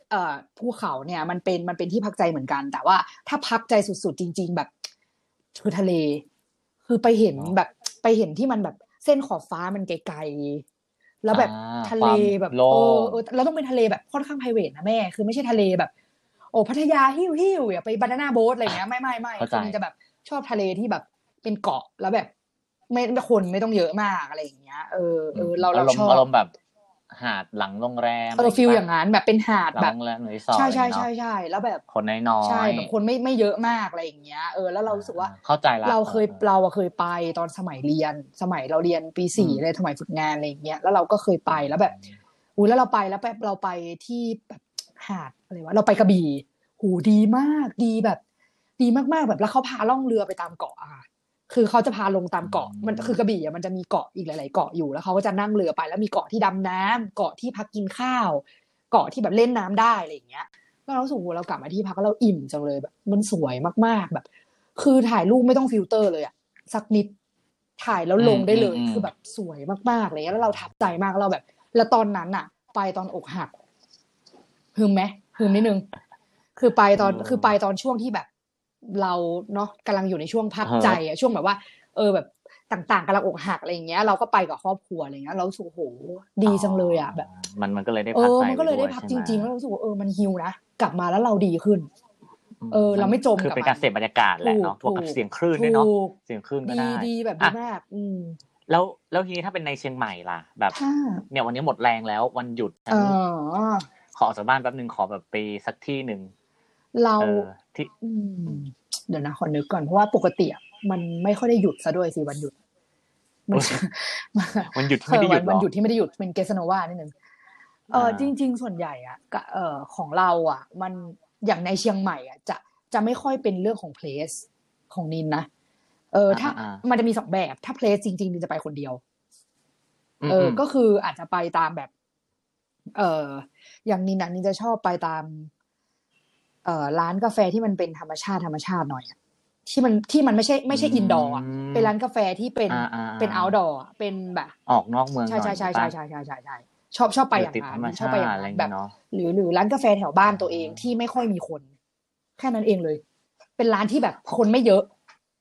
Speaker 2: เอ่อภูเขาเนี่ยมันเป็นมันเป็นที่พักใจเหมือนกัน แต่ว่าถ้าพักใจสุดๆจริง ๆ แบบคือทะเล คือไปเห็นแบบไปเห็นที่มันแบบเส้นขอบฟ้ามันไกลๆแล้วแบบ
Speaker 1: อ่า
Speaker 2: ทะ
Speaker 1: ค
Speaker 2: เล
Speaker 1: วาม
Speaker 2: แบบ
Speaker 1: โล่
Speaker 2: เออง เออเราต้องเป็นทะเลแบบค่อนข้างไพรเวทนะแม่ คือไม่ใช่ทะเลแบบ โอ้พัทยาหิ้วหิ้วอย่าไปบานาน่าโบ๊ทอะไรอย่างเงี้ยไม่ไม่ไม่
Speaker 1: เข้าใจ
Speaker 2: คือมันจะแบบชอบทะเลที่แบบเป็นเกาะแล้วแบบ ไม่คนไม่ต้องเยอะมากอะไรอย่างเงี้ยเออเออเราเรา
Speaker 1: รม
Speaker 2: ชอ
Speaker 1: ณ์อารม
Speaker 2: บ
Speaker 1: ณ์แบบ หาดหลังโรงแรม
Speaker 2: เออฟิลอย่าง
Speaker 1: นั้น
Speaker 2: นั้นแบบเป็นหาด
Speaker 1: หลัง
Speaker 2: แบบ
Speaker 1: โรงแรมหรือรีสอร์ท
Speaker 2: ใช่ใช่
Speaker 1: อะไร
Speaker 2: ใช่
Speaker 1: เงี้ยเนอะ
Speaker 2: ใช่แล้วแบบ
Speaker 1: คนน้อยๆ
Speaker 2: ใช่แบบคนไม่ไม่เยอะมากอะไรอย่างเงี้ยเออแล้วเรารู้สึกว่า
Speaker 1: เข้าใจละ
Speaker 2: เราเคย
Speaker 1: ออ
Speaker 2: เราอะเคยไปตอนสมัยเรียน สมัยเราเรียนปีสี่
Speaker 1: อืม
Speaker 2: เลยสมัยฝึกงานอะไรอย่างเงี้ยแล้วเราก็เคยไปแล้วแบบอุ้ยแล้วเราไปแล้วแบบเราไปที่แบบหาดอะไรวะเราไปกระบี่หูดีมากดีแบบ ดีมากๆแบบแล้วเขาพาล่องเรือไปตามเกาะอะค่ะคือเขาจะพาลงตามเกาะมันคือกระบี่อะมันจะมีเกาะอีกหลาย ๆ เกาะอยู่แล้วเขาก็จะนั่งเรือไป แล้วมีเกาะที่ดำน้ำเกาะที่พักกินข้าว เกาะที่แบบเล่นน้ำได้อะไรอย่างเงี้ย ก็เรารู้สึกว่าเรากลับมาที่พักแล้วเราอิ่มจังเลยแบบ มันสวยมากๆแบบ คือถ่ายรูปไม่ต้องฟิลเตอร์เลยอะสักนิดถ่ายแล้วลงได้เลย
Speaker 1: อืมอืม
Speaker 2: คือแบบสวยมากๆเลยแล้วเราทับใจมากเราแบบ แล้วตอนนั้นอะไปตอนอกหักหึมไหมหึมนิดนึง คือไปตอน
Speaker 1: อืม
Speaker 2: คือไปตอนช่วงที่แบบ เราเนาะกำลังอยู่ในช่วงพัก
Speaker 1: อ่าฮะ
Speaker 2: ใจอะช่วงแบบว่า เออแบบต่างๆกำลังอกหักอะไรอย่างเงี้ย เราก็ไปกับครอบครัวอะไรเงี้ยเราสูสึกโหดีจังเลยอะแบบ
Speaker 1: มันมันก็เลยได้
Speaker 2: เอ
Speaker 1: พัก
Speaker 2: อ
Speaker 1: ใจ
Speaker 2: มันก็เลยได้
Speaker 1: ว
Speaker 2: พักจ
Speaker 1: ใช่หม
Speaker 2: ริงๆ แล้วรู้สึกว่าเออ มันฮิวนะ กลับมาแล้วเราดีขึ้น เออเราไม่จม
Speaker 1: คือเป็น
Speaker 2: กั
Speaker 1: กา
Speaker 2: บมัน
Speaker 1: รเสพบรรยากาศแหละเนาะ
Speaker 2: ถู
Speaker 1: บว
Speaker 2: ก
Speaker 1: กกับ
Speaker 2: ถูก
Speaker 1: เสียงคลื่นด้วยเนาะ
Speaker 2: ถูก
Speaker 1: เสียงคลื่นก็
Speaker 2: ดี
Speaker 1: ได้
Speaker 2: ดีแบบดี
Speaker 1: อ่ะ
Speaker 2: มาก อืม
Speaker 1: แล้วแล้วทีนี้ถ้าเป็นในเชียงใหม่ล่ะ แบบ
Speaker 2: ถ้า
Speaker 1: เนี่ยวันนี้หมดแรงแล้ววันหยุดฉั
Speaker 2: เอน อ
Speaker 1: ขอออกจากบ้านแป๊บนึงขอแบบไปสักที่หนึ่ง
Speaker 2: เรา
Speaker 1: เออที่
Speaker 2: อืม เดี๋ยวนะขอนึกก่อน เพราะว่าปกติอะมันไม่ค่อยได้หยุดซะด้วยสิวันหยุด มัน
Speaker 1: โอ้ย วันหยุด
Speaker 2: [LAUGHS]
Speaker 1: ที่ไม่ได้หยุด
Speaker 2: เออ
Speaker 1: หร
Speaker 2: วัน
Speaker 1: อ
Speaker 2: หยุดที่ไม่ได้หยุดเป็นเกสโนวานิดนึง เออ
Speaker 1: อ่า
Speaker 2: จริง ๆ ส่วนใหญ่อะกะเออของเราอะมันอย่างในเชียงใหม่อะจะจะไม่ค่อยเป็นเรื่องของเพลสของนินนะ เออถ้า
Speaker 1: อ่
Speaker 2: มันจะมีสองแบบถ้าเพลสจริงๆนินจะไปคนเดียว
Speaker 1: ม
Speaker 2: เอออ
Speaker 1: ม
Speaker 2: ก็คืออาจจะไปตามแบบ เอออย่างนี้นะนี่จะชอบไปตาม เออร้านกาแฟที่มันเป็นธรรมชาติธรรมชาติหน่อยอะที่มันที่มันไม่ใช่ไม่ใช่
Speaker 1: อืม
Speaker 2: อินดอร์อะเป็นร้านกาแฟที่เป็น
Speaker 1: อ่าอ่าอ่า
Speaker 2: เป็นเอาท์ดอร์เป็นแบบ
Speaker 1: ออกนอกเมืองหน่
Speaker 2: ใช่
Speaker 1: อย
Speaker 2: ใช่ใช่
Speaker 1: ปะ
Speaker 2: ใช่ใช่ใช่ใช่ใช่ชอบชอบไป
Speaker 1: หรื
Speaker 2: อย่าง
Speaker 1: ติดธรรม
Speaker 2: นั้นช
Speaker 1: ชา
Speaker 2: อบ
Speaker 1: ติ
Speaker 2: ไปอย่าง
Speaker 1: อะไรอ
Speaker 2: นั้
Speaker 1: ย่าน ง
Speaker 2: แบ
Speaker 1: เงี้ย
Speaker 2: บ
Speaker 1: เนาะ
Speaker 2: หรือหรือร้านกาแฟแถวบ้านตัวเอง
Speaker 1: อ่า
Speaker 2: ที่ไม่ค่อยมีคน แค่นั้นเองเลย เป็นร้านที่แบบคนไม่เยอะ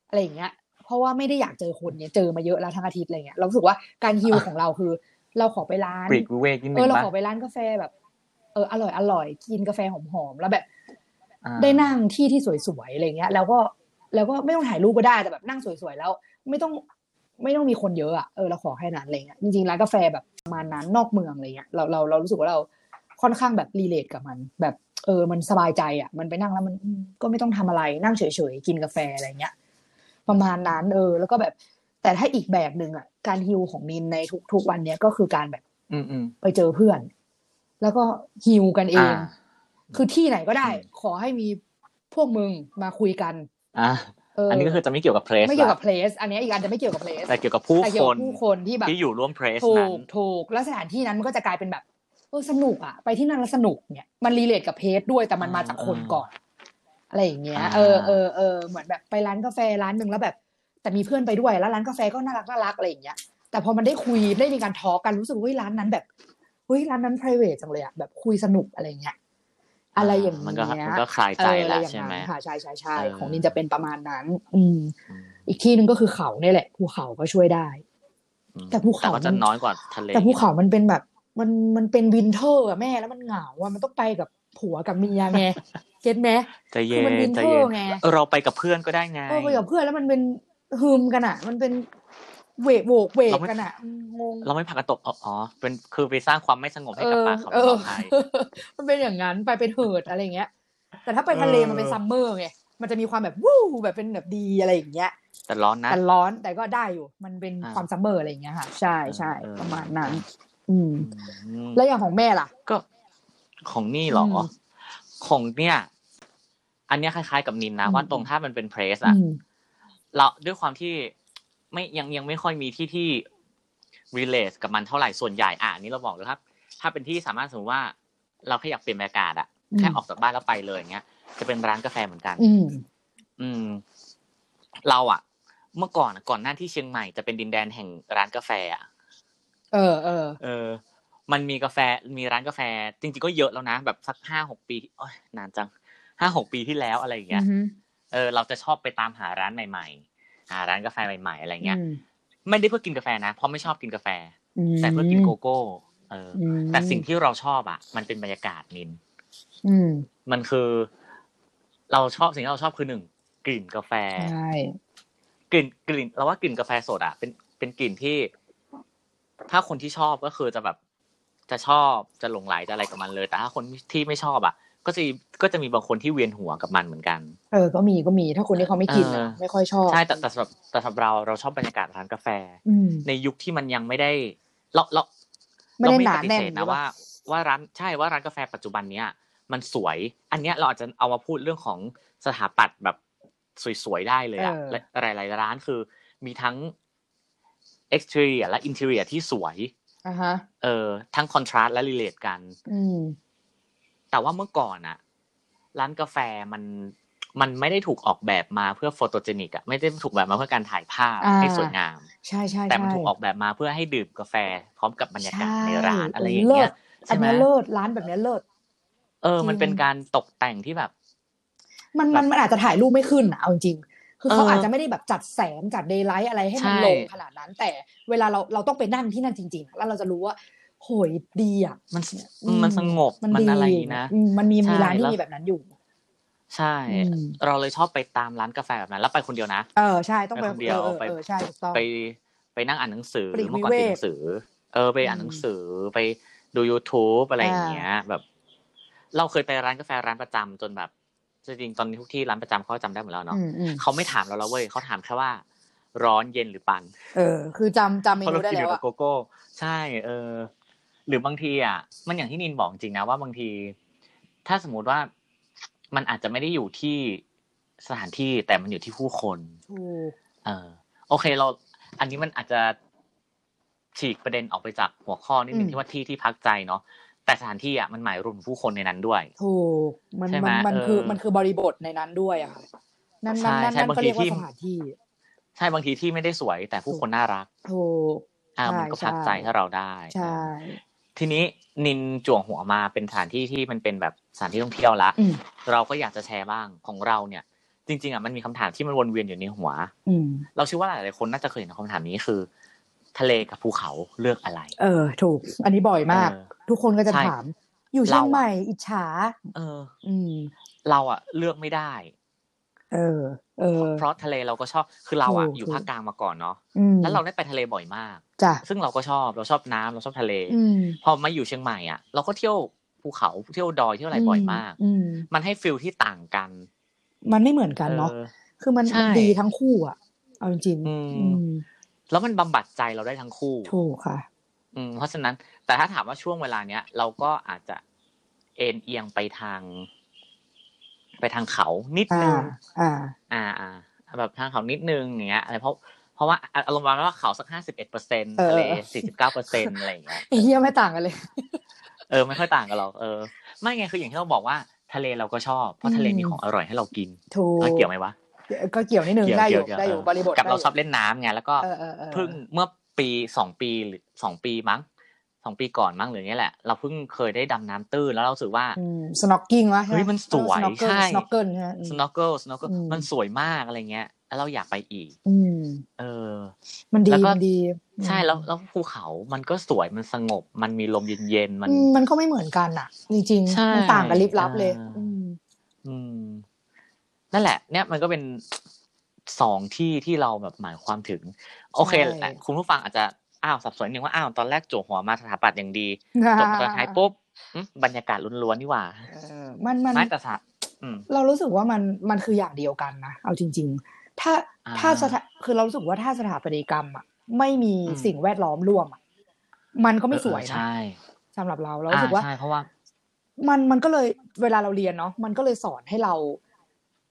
Speaker 2: อะไรอย่างเงี้ย เพราะว่าไม่ได้อยากเจอคนเนี่ยเจอมาเยอะแล้วทั้งอาทิตย์อะไรเงี้ยเรารู้สึกว่าการฮิลของเราคือ เราขอไปร้าน
Speaker 1: ปลีกวิเวกนิด
Speaker 2: เอ
Speaker 1: นึ
Speaker 2: อง เรา
Speaker 1: ปะ
Speaker 2: ขอไปร้านกาแฟแบบ เอออร่อยอร่อยกินกาแฟหอมๆแล้วแบบ
Speaker 1: อ่า
Speaker 2: ได้นั่งที่ที่สวยๆอะไรเงี้ย แล้วก็แล้วก็ไม่ต้องถ่ายรูปก็ได้แต่แบบนั่งสวยๆแล้ว ไม่ต้องไม่ต้องมีคนเยอะอ่ะเออเราขอแค่นั้นอะไรเงี้ยจริงๆร้านกาแฟแบบประมาณนั้นนอกเมืองอะไรเงี้ยเราเราเรารู้สึกว่าเราค่อนข้างแบบรีเลทกับมัน แบบเออมันสบายใจอ่ะมันไปนั่งแล้วมันอืมก็ไม่ต้องทำอะไรนั่งเฉยๆกินกาแฟอะไรเงี้ย ประมาณนั้นเออ แล้วก็แบบแต่ถ้าอีกแบบหนึ่งอ่ะการฮิลของมินในทุกๆวันเนี้ยก็คือการแบบ
Speaker 1: อืมอืม
Speaker 2: ไปเจอเพื่อน แล้วก็ฮิวกันเอง
Speaker 1: อ่า
Speaker 2: คือที่ไหนก็ได้
Speaker 1: อืม
Speaker 2: ขอให้มีพวกมึงมาคุยกัน
Speaker 1: อ่ะ
Speaker 2: เออ
Speaker 1: อั
Speaker 2: อั
Speaker 1: นนี้ก็คือจะไม่เกี่ยวกับเพลส
Speaker 2: ไม่เกี่ยวกับเพลส อันเนี้ยอีกอันจะไม่เกี่ยวกับเพลส
Speaker 1: แต่เกี่ยวกับผู้
Speaker 2: แต่เกี่ย
Speaker 1: คว
Speaker 2: กัน บผู้คนที่แบบ
Speaker 1: ที่อยู่ร่วมเพลส
Speaker 2: ถู
Speaker 1: นั้น
Speaker 2: กถูกแล้วสถานที่นั้นมันก็จะกลายเป็นแบบเออสนุกอ่ะ ไปที่นั่นแล้วสนุกเนี่ยมันรีเลทกับเพจด้วยแต่มันมาจากคนก่อน อะไรอย่างเงี้ย
Speaker 1: อ่า
Speaker 2: เออเออเออเหมือนแบบไปร้านกาแฟร้านหนึ่งแล้วแบบ แต่มีเพื่อนไปด้วยแล้วร้านกาแฟก็น่ารักน่ารักอะไรอย่างเงี้ย แต่พอมันได้คุยได้มีการทอล์กกันรู้สึกว่าเฮ้ยร้านนั้นแบบเฮ้ยร้านนั้น p r i v a t จังเลยอะแบบคุยสนุกอะไรอย่างเงี้ยอะไรอย่างเงี้ย
Speaker 1: มันก็มันก็คลาย
Speaker 2: เอ
Speaker 1: ใจ
Speaker 2: ออะไร
Speaker 1: แล้ว
Speaker 2: อย่าง
Speaker 1: ใช่ไหม
Speaker 2: นั้นค่ะใช่ใช่ใช่
Speaker 1: เออ
Speaker 2: ของนินจะเป็นประมาณนั้น อืม
Speaker 1: อืม
Speaker 2: อีกที่หนึ่งก็คือเขาเนี่ยแหละภูเขาก็ช่วยได้
Speaker 1: อืม
Speaker 2: แต่ภูเขา
Speaker 1: แต่ก็จะ
Speaker 2: มัน
Speaker 1: น้อยกว่าทะเล
Speaker 2: แต่ภูเขามันเป็นแบบ มันมันเป็นวินเทอร์อะแม่แล้วมันเหงาอะมันต้องไปกับผัวกับเมีย
Speaker 1: [LAUGHS]
Speaker 2: ไงเก็ตไหม
Speaker 1: ใจเย็
Speaker 2: คือมันวิ
Speaker 1: น
Speaker 2: น
Speaker 1: ใจ
Speaker 2: เทอ
Speaker 1: เย็
Speaker 2: ร์
Speaker 1: น
Speaker 2: ไง
Speaker 1: เออเราไปกับเพื่อนก็ได้ไง
Speaker 2: เออไปกับเพื่อนแล้วมันเป็นฮึมกันอ่ะ มันเป็นเวกโวกเวก
Speaker 1: เราไม่
Speaker 2: กันอ่ะอืมงง
Speaker 1: เราไม่พักกระตกอ๋ออ๋อเป็นคือไปสร้างความไม่สงบให้
Speaker 2: เอ
Speaker 1: กับ
Speaker 2: อ
Speaker 1: ป่าเขา
Speaker 2: เออ
Speaker 1: เราไทย
Speaker 2: [LAUGHS] มันเป็นอย่างนั้นไปเป็นเหิดอะไรอย่างเงี้ย แต่ถ้าไปทะเล
Speaker 1: เออ
Speaker 2: มันเป็นซัมเมอร์ไงมันจะมีความแบบวู้แบบเป็นแบบดีอะไรอย่างเงี้ย
Speaker 1: แต่ร้อนนะ
Speaker 2: แต่ร้อนแต่ก็ได้อยู่ มันเป็น
Speaker 1: อ่า
Speaker 2: ความซัมเมอร์อะไรอย่างเงี้ยค่ะ ใช่ใช่
Speaker 1: เออ
Speaker 2: ประมาณนั้น อืม
Speaker 1: อืม
Speaker 2: แล้วอย่างของแม่ล่ะ
Speaker 1: ก็ของนี่เหรออ
Speaker 2: ม
Speaker 1: ของเนี่ย อันเนี้ยคล้ายๆกับนินนะ
Speaker 2: อืม
Speaker 1: ว่าตรงถ้ามันเป็นเพรส
Speaker 2: อื
Speaker 1: อะ
Speaker 2: ม
Speaker 1: เราด้วยความที่ไม่ยังยังไม่ค่อยมีที่ที่ relate กับมันเท่าไหร่ส่วนใหญ่อ่ะอันนี้เราบอกแล้วครับ ถ้าเป็นที่สามารถสมมติว่า เราแค่อยากเปลี่ยนบรรยากาศอะ
Speaker 2: อืม
Speaker 1: แค่ออกจากบ้านแล้วไปเลยอย่างเงี้ยจะเป็นร้านกาแฟเหมือนกัน
Speaker 2: อืม
Speaker 1: อืม เราอะเมื่อก่อนอะก่อนหน้าที่เชียงใหม่จะเป็นดินแดนแห่งร้านกาแฟอะ
Speaker 2: เออเออ
Speaker 1: เออ มันมีกาแฟมีร้านกาแฟ จริงๆก็เยอะแล้วนะ แบบสักห้าหกปีโอ้ยนานจังห้าหกปีที่แล้วอะไรอย่างเงี้ยเออเราจะชอบไปตามหาร้านใหม่ ๆ หาร้านกาแฟใหม่ๆอะไรเงี้ยไม่ได้เพื่อกินกาแฟนะเพราะไม่ชอบกินกาแฟ แต่เพื่อกินโกโก้เอออแต่สิ่งที่เราชอบอ่ะ มันเป็นบรรยากาศนิน มันคือ เราชอบสิ่งที่เราชอบคือหนึ่งกลิ่นกาแฟ
Speaker 2: ใช่
Speaker 1: กลิ่นกลิ่นเราว่ากลิ่นกาแฟสดอ่ะเป็นเป็นกลิ่นที่ ถ้าคนที่ชอบก็คือจะแบบ จะชอบจะหลงไหลจะอะไรกับมันเลย แต่ถ้าคนที่ไม่ชอบอ่ะ ก็จะก็จะมีบางคนที่เวียนหัวกับมันเหมือนกัน
Speaker 2: เออ ก็มีก็มีถ้าคนที่เขาไม่กินอะไม่ค่อยชอบ
Speaker 1: ใช่แต่แต่สำหรับแต่สำหรับเราเราชอบบรรยากาศร้านกาแฟ
Speaker 2: อืม
Speaker 1: ในยุคที่มันยังไม่ได้เราเรา
Speaker 2: ไม่
Speaker 1: เรา
Speaker 2: ได้หนา
Speaker 1: ปฏิ
Speaker 2: แน่น
Speaker 1: เสธ
Speaker 2: หรื
Speaker 1: นะ
Speaker 2: อเปล่า
Speaker 1: ว่า ว่าร้านใช่ว่าร้านกาแฟปัจจุบันเนี้ยมันสวย อันเนี้ยเราอาจจะเอามาพูดเรื่องของสถาปัตย์แบบสวยๆได้เลยอะ
Speaker 2: เออ
Speaker 1: และหลายๆร้านคือ มีทั้ง exterior และ interior ที่สวย
Speaker 2: อ่ะฮะ
Speaker 1: เออทั้ง contrast และ relate กัน
Speaker 2: อืม
Speaker 1: แต่ว่าเมื่อก่อนอะร้านกาแฟมันมันไม่ได้ถูกออกแบบมาเพื่อโฟโตเจนิกอะไม่ได้ถูกแบบมาเพื่อการถ่ายภาพ
Speaker 2: อ่า
Speaker 1: ให้สวยงาม
Speaker 2: ใช่ใช่ใช่
Speaker 1: แต่มันถูกออกแบบมาเพื่อให้ดื่มกาแฟพร้อมกับบรรยากาศ
Speaker 2: ใช่
Speaker 1: ในร้านอะไร
Speaker 2: โอ้
Speaker 1: อย่างเงี้ย
Speaker 2: เลิศ อั
Speaker 1: ใช่
Speaker 2: น
Speaker 1: ไหม
Speaker 2: เนี้ยเลิศร้านแบบเนี้ยเลิศ
Speaker 1: เออ มัน
Speaker 2: จริง
Speaker 1: เป็นการตกแต่งที่แบบ
Speaker 2: มันมันมันอาจจะถ่ายรูปไม่ขึ้นนะเอาจริงๆคือเขา
Speaker 1: เอออ
Speaker 2: อาจจะไม่ได้แบบจัดแสงจัดเดย์ไลท์อะไรให้มัน
Speaker 1: ใช่
Speaker 2: ลงขนาดนั้น แต่เวลาเราเราต้องไปนั่งที่นั่นจริง ๆ แล้วเราจะรู้ว่า โหยดีอ่ะ
Speaker 1: มัน
Speaker 2: อืม
Speaker 1: มันสงบ
Speaker 2: มัน
Speaker 1: มัน
Speaker 2: ดี
Speaker 1: อะไรนะ
Speaker 2: อืมมันมีมี
Speaker 1: ใช่
Speaker 2: ร้านที่
Speaker 1: แล้ว
Speaker 2: มีแบบนั้นอยู่
Speaker 1: ใช่
Speaker 2: อืม
Speaker 1: เราเลยชอบไปตามร้านกาแฟแบบนั้นแล้วไปคนเดียวนะ
Speaker 2: เออใช่ต้องไป
Speaker 1: ไปคนเดียว
Speaker 2: ออออ
Speaker 1: ไป
Speaker 2: เออใช่ถูกต้อง
Speaker 1: ไปไปนั่งอ่านหนังสือ
Speaker 2: ปลีก
Speaker 1: เมื่อก่อนติ
Speaker 2: วิเว
Speaker 1: ดหนั
Speaker 2: ก
Speaker 1: งสือ เออไปอ่าน
Speaker 2: อืม
Speaker 1: หนังสือไปดู YouTube อะไรอย่าง
Speaker 2: อ่า
Speaker 1: เงี้ย แบบ เราเคยไปร้านกาแฟร้านประจำจนแบบจริงๆตอนนี้ทุกที่ร้านประจำเขาจำได้หมดแล้วเนาะ
Speaker 2: อืมอืม
Speaker 1: เขาไม่ถามเราแล้วเว้ยเขาถามแค่ว่า ร้อนเย็นหรือปัน
Speaker 2: เออ คือจำจำเม
Speaker 1: เพราะ
Speaker 2: นู
Speaker 1: เรา
Speaker 2: ได้
Speaker 1: กินอ
Speaker 2: แล้ว
Speaker 1: ยู่กับ
Speaker 2: อ่ะ
Speaker 1: โกโก้ ใช่เออ หรือบางทีอ่ะ มันอย่างที่นินบอกจริงนะว่าบางที ถ้าสมมุติว่ามันอาจจะไม่ได้อยู่ที่สถานที่แต่มันอยู่ที่ผู้คน
Speaker 2: ถูก
Speaker 1: เออ โอเคเรา อันนี้มันอาจจะฉีกประเด็นออกไปจากหัวข้อนิดนึ
Speaker 2: อื
Speaker 1: ง
Speaker 2: ม
Speaker 1: ที่ว่าที่ที่พักใจเนาะแต่สถานที่อ่ะมันหมายรวมผู้คนในนั้นด้วย
Speaker 2: ถูกมัน
Speaker 1: ใช่ไหม
Speaker 2: มันมัน
Speaker 1: เออ
Speaker 2: คือมันคือบริบทในนั้นด้วยอะค่ะนั่น
Speaker 1: ใช่
Speaker 2: นั่น
Speaker 1: ใช่
Speaker 2: นั่นนั่น
Speaker 1: บาง
Speaker 2: ก็เรียกว่า
Speaker 1: ทีที่
Speaker 2: สถานที่
Speaker 1: ใช่บางทีที่ไม่ได้สวย แต่ผู้คนน่ารัก
Speaker 2: ถูก
Speaker 1: อ่า
Speaker 2: ใช่
Speaker 1: มันก็
Speaker 2: ใช่
Speaker 1: พักใจถ้าเราได้
Speaker 2: ใช่
Speaker 1: ทีนี้นินจ่วงหัวมาเป็นสถานที่ที่มันเป็นแบบสถานที่ท่องเที่ยวละ
Speaker 2: อืม
Speaker 1: เราก็อยากจะแชร์บ้างของเราเนี่ย จริง ๆอ่ะมันมีคำถามที่มันวนเวียนอยู่ในหัว
Speaker 2: อืม
Speaker 1: เราเชื่อว่าหลายๆคนน่าจะเคยเห็นคำถามนี้คือ ทะเลกับภูเขาเลือกอะไร
Speaker 2: เออ ถูก อันนี้บ่อยมาก
Speaker 1: เออ
Speaker 2: ทุกคนก็จะ
Speaker 1: ใช่
Speaker 2: ถาม อยู่เชียง
Speaker 1: เราอะ
Speaker 2: ใหม่อิจฉา
Speaker 1: เออ
Speaker 2: อืม
Speaker 1: เราอ่ะเลือกไม่ได้
Speaker 2: เออ เออ
Speaker 1: เพราะทะเลเราก็ชอบคือเราอ่ะ
Speaker 2: ถูก
Speaker 1: อยู่ภาคกลางมาก่อนเนาะ
Speaker 2: อืม
Speaker 1: แล้วเราได้ไปทะเลบ่อยมาก
Speaker 2: จ้ะ
Speaker 1: ซึ่งเราก็ชอบเราชอบน้ำเราชอบทะเล
Speaker 2: อืม
Speaker 1: พอมาอยู่เชียงใหม่อ่ะ เราก็เที่ยวภูเขาเที่ยวดอยเที่ยวอะไรบ่อยมาก
Speaker 2: อืม
Speaker 1: มันให้ฟิลที่ต่างกัน
Speaker 2: มันไม่เหมือนกันเนาะ
Speaker 1: ออ
Speaker 2: คือมัน
Speaker 1: ใช่
Speaker 2: มันดีทั้งคู่อ่ะ เอาจริงๆ
Speaker 1: อืม
Speaker 2: อืม
Speaker 1: แล้วมันบำบัดใจเราได้ทั้งคู่
Speaker 2: ถูกค่ะ
Speaker 1: อืมเพราะฉะนั้นแต่ถ้าถามว่าช่วงเวลาเนี้ยเราก็อาจจะเอ็นเอียงไปทาง ไปทางเขานิด
Speaker 2: อ่า
Speaker 1: นึง
Speaker 2: อ่า
Speaker 1: อ่าอ่าแบบทางเขานิดนึงอย่างเงี้ยอะไรเพราะเพราะว่าอ่ะอารมณ์ประมาณว่าเขาสักห้าสิบเอ็ดเปอร์เซ็นต์
Speaker 2: เออ
Speaker 1: ทะเลสี่สิบเก้าเปอร์เซ็นต์อะไรอย่างเงี้ย
Speaker 2: ไอ้เฮียไม่ต่างกันเลย
Speaker 1: เออไม่ค่อยต่างกันหรอกเออไม่ไงคืออย่างที่เราบอกว่าทะเลเราก็ชอบ เพราะทะเลมีของอร่อยให้เรากิน
Speaker 2: ถูก
Speaker 1: แล้วเกี่ยวไหมวะ
Speaker 2: ก็เกี่ยวนิดนึงได้อยู่ได้อยู่
Speaker 1: เ
Speaker 2: บริบท
Speaker 1: กับเรา
Speaker 2: ได้ยู่
Speaker 1: ชอบเล่นน้ำไงแล้วก็
Speaker 2: เออเออเออ
Speaker 1: เพิ่งเมื่อปีสองปีหรือสองปีมั้งสองปีก่อนมั้งหรืออย่างเงี้ยแหละ เราเพิ่งเคยได้ดำน้ำตื้นแล้วเรารู้สึกว่า
Speaker 2: อืมสน็อกกิ้งวะ
Speaker 1: เฮ้ยมันสวยใช่
Speaker 2: สน็อกเกิลใช่ไหมอืม
Speaker 1: สโนว์เกิลสโนว์เกิล
Speaker 2: อืม
Speaker 1: มันสวยมากอะไรเงี้ย แล้วเราอยากไปอีก
Speaker 2: อืม
Speaker 1: เออ
Speaker 2: มันดี
Speaker 1: แล้วก็
Speaker 2: มันดี
Speaker 1: ใช่แล้วแล้วภูเขา มันก็สวยมันสงบ มันมีลมเย็นๆมัน
Speaker 2: อืมมันก็ไม่เหมือนกันอ่ะ จริง
Speaker 1: ใช่
Speaker 2: ๆมันต่างกันลิบลับเลย
Speaker 1: อ่า
Speaker 2: อืม
Speaker 1: อืมนั่นแหละ เนี่ยมันก็เป็นสองที่ที่เราแบบหมายความถึง โอเคแหละคุณผู้ฟังอาจจะอ้าวสับสนนิดนึงว่าอ้าวตอนแรกจั่วหัวมาสถาปัตย์อย่างดีจบมาตอนท้ายปุ๊บอืมบรรยากาศล้วนๆนี่หว่า
Speaker 2: เออมันมัน
Speaker 1: ไม่แต่สะอืม
Speaker 2: เรารู้สึกว่ามันมันคืออย่างเดียวกันนะเอาจริง ๆ ถ้า
Speaker 1: อ่า
Speaker 2: ถ้าสถาคือเรารู้สึกว่าถ้าสถาปัตยกรรมอ่ะไม่มี
Speaker 1: อืม
Speaker 2: สิ่งแวดล้อมร่วมอ่ะมันก็ไม่สวย
Speaker 1: เออ
Speaker 2: นะ
Speaker 1: ใช่
Speaker 2: สำหรับเราเรา
Speaker 1: อ่า
Speaker 2: รู้สึกว่า
Speaker 1: ใช่เพราะว่า
Speaker 2: มันมันก็เลยเวลาเราเรียนเนาะมันก็เลยสอนให้เรา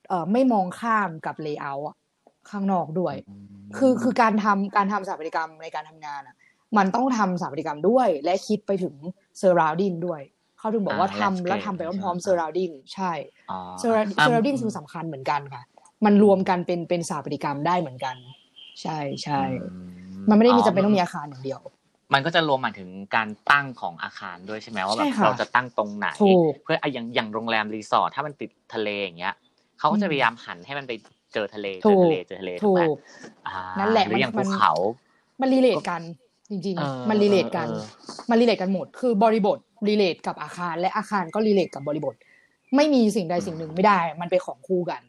Speaker 2: เอ่อไม่มองข้ามกับเลเยอร์ข้างนอกด้วย คือคือการทำการทำสถาปัตยกรรมในการทำงานอ่ะ มันต้องทำสถาปัตยกรรมด้วย และคิดไปถึงเซอร์ราวดิงด้วย เขาถึงบอกว่า
Speaker 1: อ่า
Speaker 2: ทำ
Speaker 1: landscape
Speaker 2: แล้วทำไปพร้อมๆ
Speaker 1: ใช่ไหม
Speaker 2: เซอร์ราวดิงใช่
Speaker 1: อ๋อ
Speaker 2: เซอร์
Speaker 1: ะ
Speaker 2: ราวดิงคือสำคัญเหมือนกันค่ะ มันรวมกันเป็นเป็นสถาปัตยกรรมได้เหมือนกัน ใช่ใช่
Speaker 1: อื
Speaker 2: มันไม่ได้มีจำเป็นต้องมีอาคารอย่างเดียว
Speaker 1: มันก็จะรวมหมายถึงการตั้งของอาคารด้วยใช่ไหมว่าแบ
Speaker 2: ใช่
Speaker 1: บ
Speaker 2: ค่ะ
Speaker 1: เราจะตั้งตรงไหน
Speaker 2: ถูก
Speaker 1: เพื่ออะอย่างอย่างโรงแรมรีสอร์ทถ้ามันติดทะเลอย่างเงี้ยเขาก็จะพยายามหันให้มันไปเจอทะเลเจอ
Speaker 2: ถู
Speaker 1: ก ทะเลเจอทะเลถู
Speaker 2: ถู
Speaker 1: กไหม
Speaker 2: ก
Speaker 1: อ่า
Speaker 2: นั่นแหละ
Speaker 1: หรืออย่าง
Speaker 2: มั
Speaker 1: ภู
Speaker 2: นมัน
Speaker 1: เขา
Speaker 2: มันรีเลทกันจริง
Speaker 1: เออ
Speaker 2: ๆ มันรีเลทกัน
Speaker 1: ออ
Speaker 2: มันรีเลทกันหมด คือบริบทรีเลทกับอาคาร และอาคารก็รีเลทกับบริบท ไม่มีสิ่งใดสิ่งหนึ่งไม่ได้ มันเป็นของคู่กัน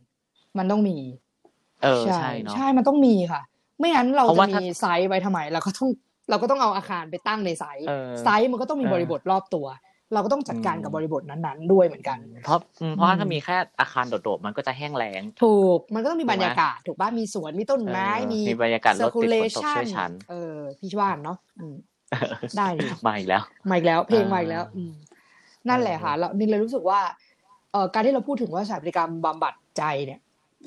Speaker 2: มันต้องมี
Speaker 1: เออใช่เนาะ
Speaker 2: ใช่ มันต้องมีค่ะ ไม่งั้นเรา
Speaker 1: เพราะ
Speaker 2: จะ
Speaker 1: ว่าถ้า
Speaker 2: มีไซส์ไว้ทำไม เราก็ต้องเราก็ต้องเอาอาคารไปตั้งในไซส์
Speaker 1: เออ
Speaker 2: ไซส์มันก็ต้องมี
Speaker 1: เออบ
Speaker 2: ริบทรอบตัว เราก็ต้องจัดการ
Speaker 1: อืม
Speaker 2: กับบริบทนั้นๆ ด้วยเหมือนกัน
Speaker 1: เพราะอืมเพราะว่า
Speaker 2: อืม
Speaker 1: ถ้ามีแค่อาคารโดดๆมันก็จะแห้งแล้ง
Speaker 2: ถูก มันก็ต้องมี
Speaker 1: ถูกไหม
Speaker 2: บรรยากาศ ถูกป่ะ มีสวน มีต้นไม้
Speaker 1: เออ
Speaker 2: มี
Speaker 1: มีบรรยากาศรถติดฝนตก
Speaker 2: circulation
Speaker 1: ช่วยฉัน
Speaker 2: เออ พี่ว่านเนาะอืม ได้ดิ
Speaker 1: [LAUGHS] มาอีกแล้ว
Speaker 2: มาอีกแล้วเพลง
Speaker 1: อ่าม
Speaker 2: มาอีกแล้วอืมนั่นแหละค่ะแล้วนินเลยรู้สึกว่าเอ่อการที่เราพูดถึงว่าสถาปัตยกรรมบำบัดใจเนี่ย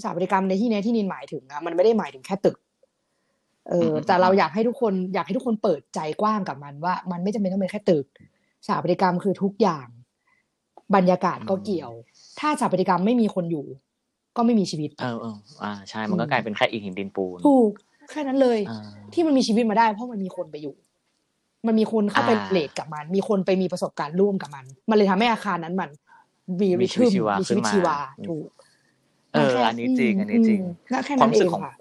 Speaker 2: สถาปัตยกรรมในที่เนี้ยที่นินหมายถึงอะมันไม่ได้หมายถึงแค่ตึกเออ
Speaker 1: มอืม
Speaker 2: แต่เรา
Speaker 1: อืม
Speaker 2: อยากให้ทุกคนอยากให้ทุกคนเปิดใจกว้างกับมันว่า มันไม่จำเป็นต้องเป็นแค่ตึกสถาปัตยกรรมคือทุกอย่าง บรรยากาศก็เกี่ยว ถ้าสถาปัตยกรรมไม่มีคนอยู่ ก็ไม่มีชีวิต
Speaker 1: เออเอออ่าใช่มันก็กลายเป็นแค่อีกหินดินปูน
Speaker 2: ถูกแค่นั้นเลย
Speaker 1: อ่า
Speaker 2: ที่มันมีชีวิตมาได้เพราะมันมีคนไปอยู่ มันมีคนเข้าไป
Speaker 1: อ่า
Speaker 2: เลทกับมัน มีคนไปมีประสบการณ์ร่วมกับมัน มันเลยทำให้อาคารนั้นมัน มี
Speaker 1: มี
Speaker 2: ริ
Speaker 1: ชีวิ
Speaker 2: ทึ
Speaker 1: ต
Speaker 2: ม
Speaker 1: ชีวา
Speaker 2: มีชีวิต
Speaker 1: ขึ้นมา
Speaker 2: ชีวา
Speaker 1: อืม
Speaker 2: ถูก
Speaker 1: เอออันนี้จริงอันนี้จริง
Speaker 2: น่าแค่
Speaker 1: ความ
Speaker 2: นั้นเอ
Speaker 1: รู้สึก
Speaker 2: ง
Speaker 1: ของ
Speaker 2: ค่ะ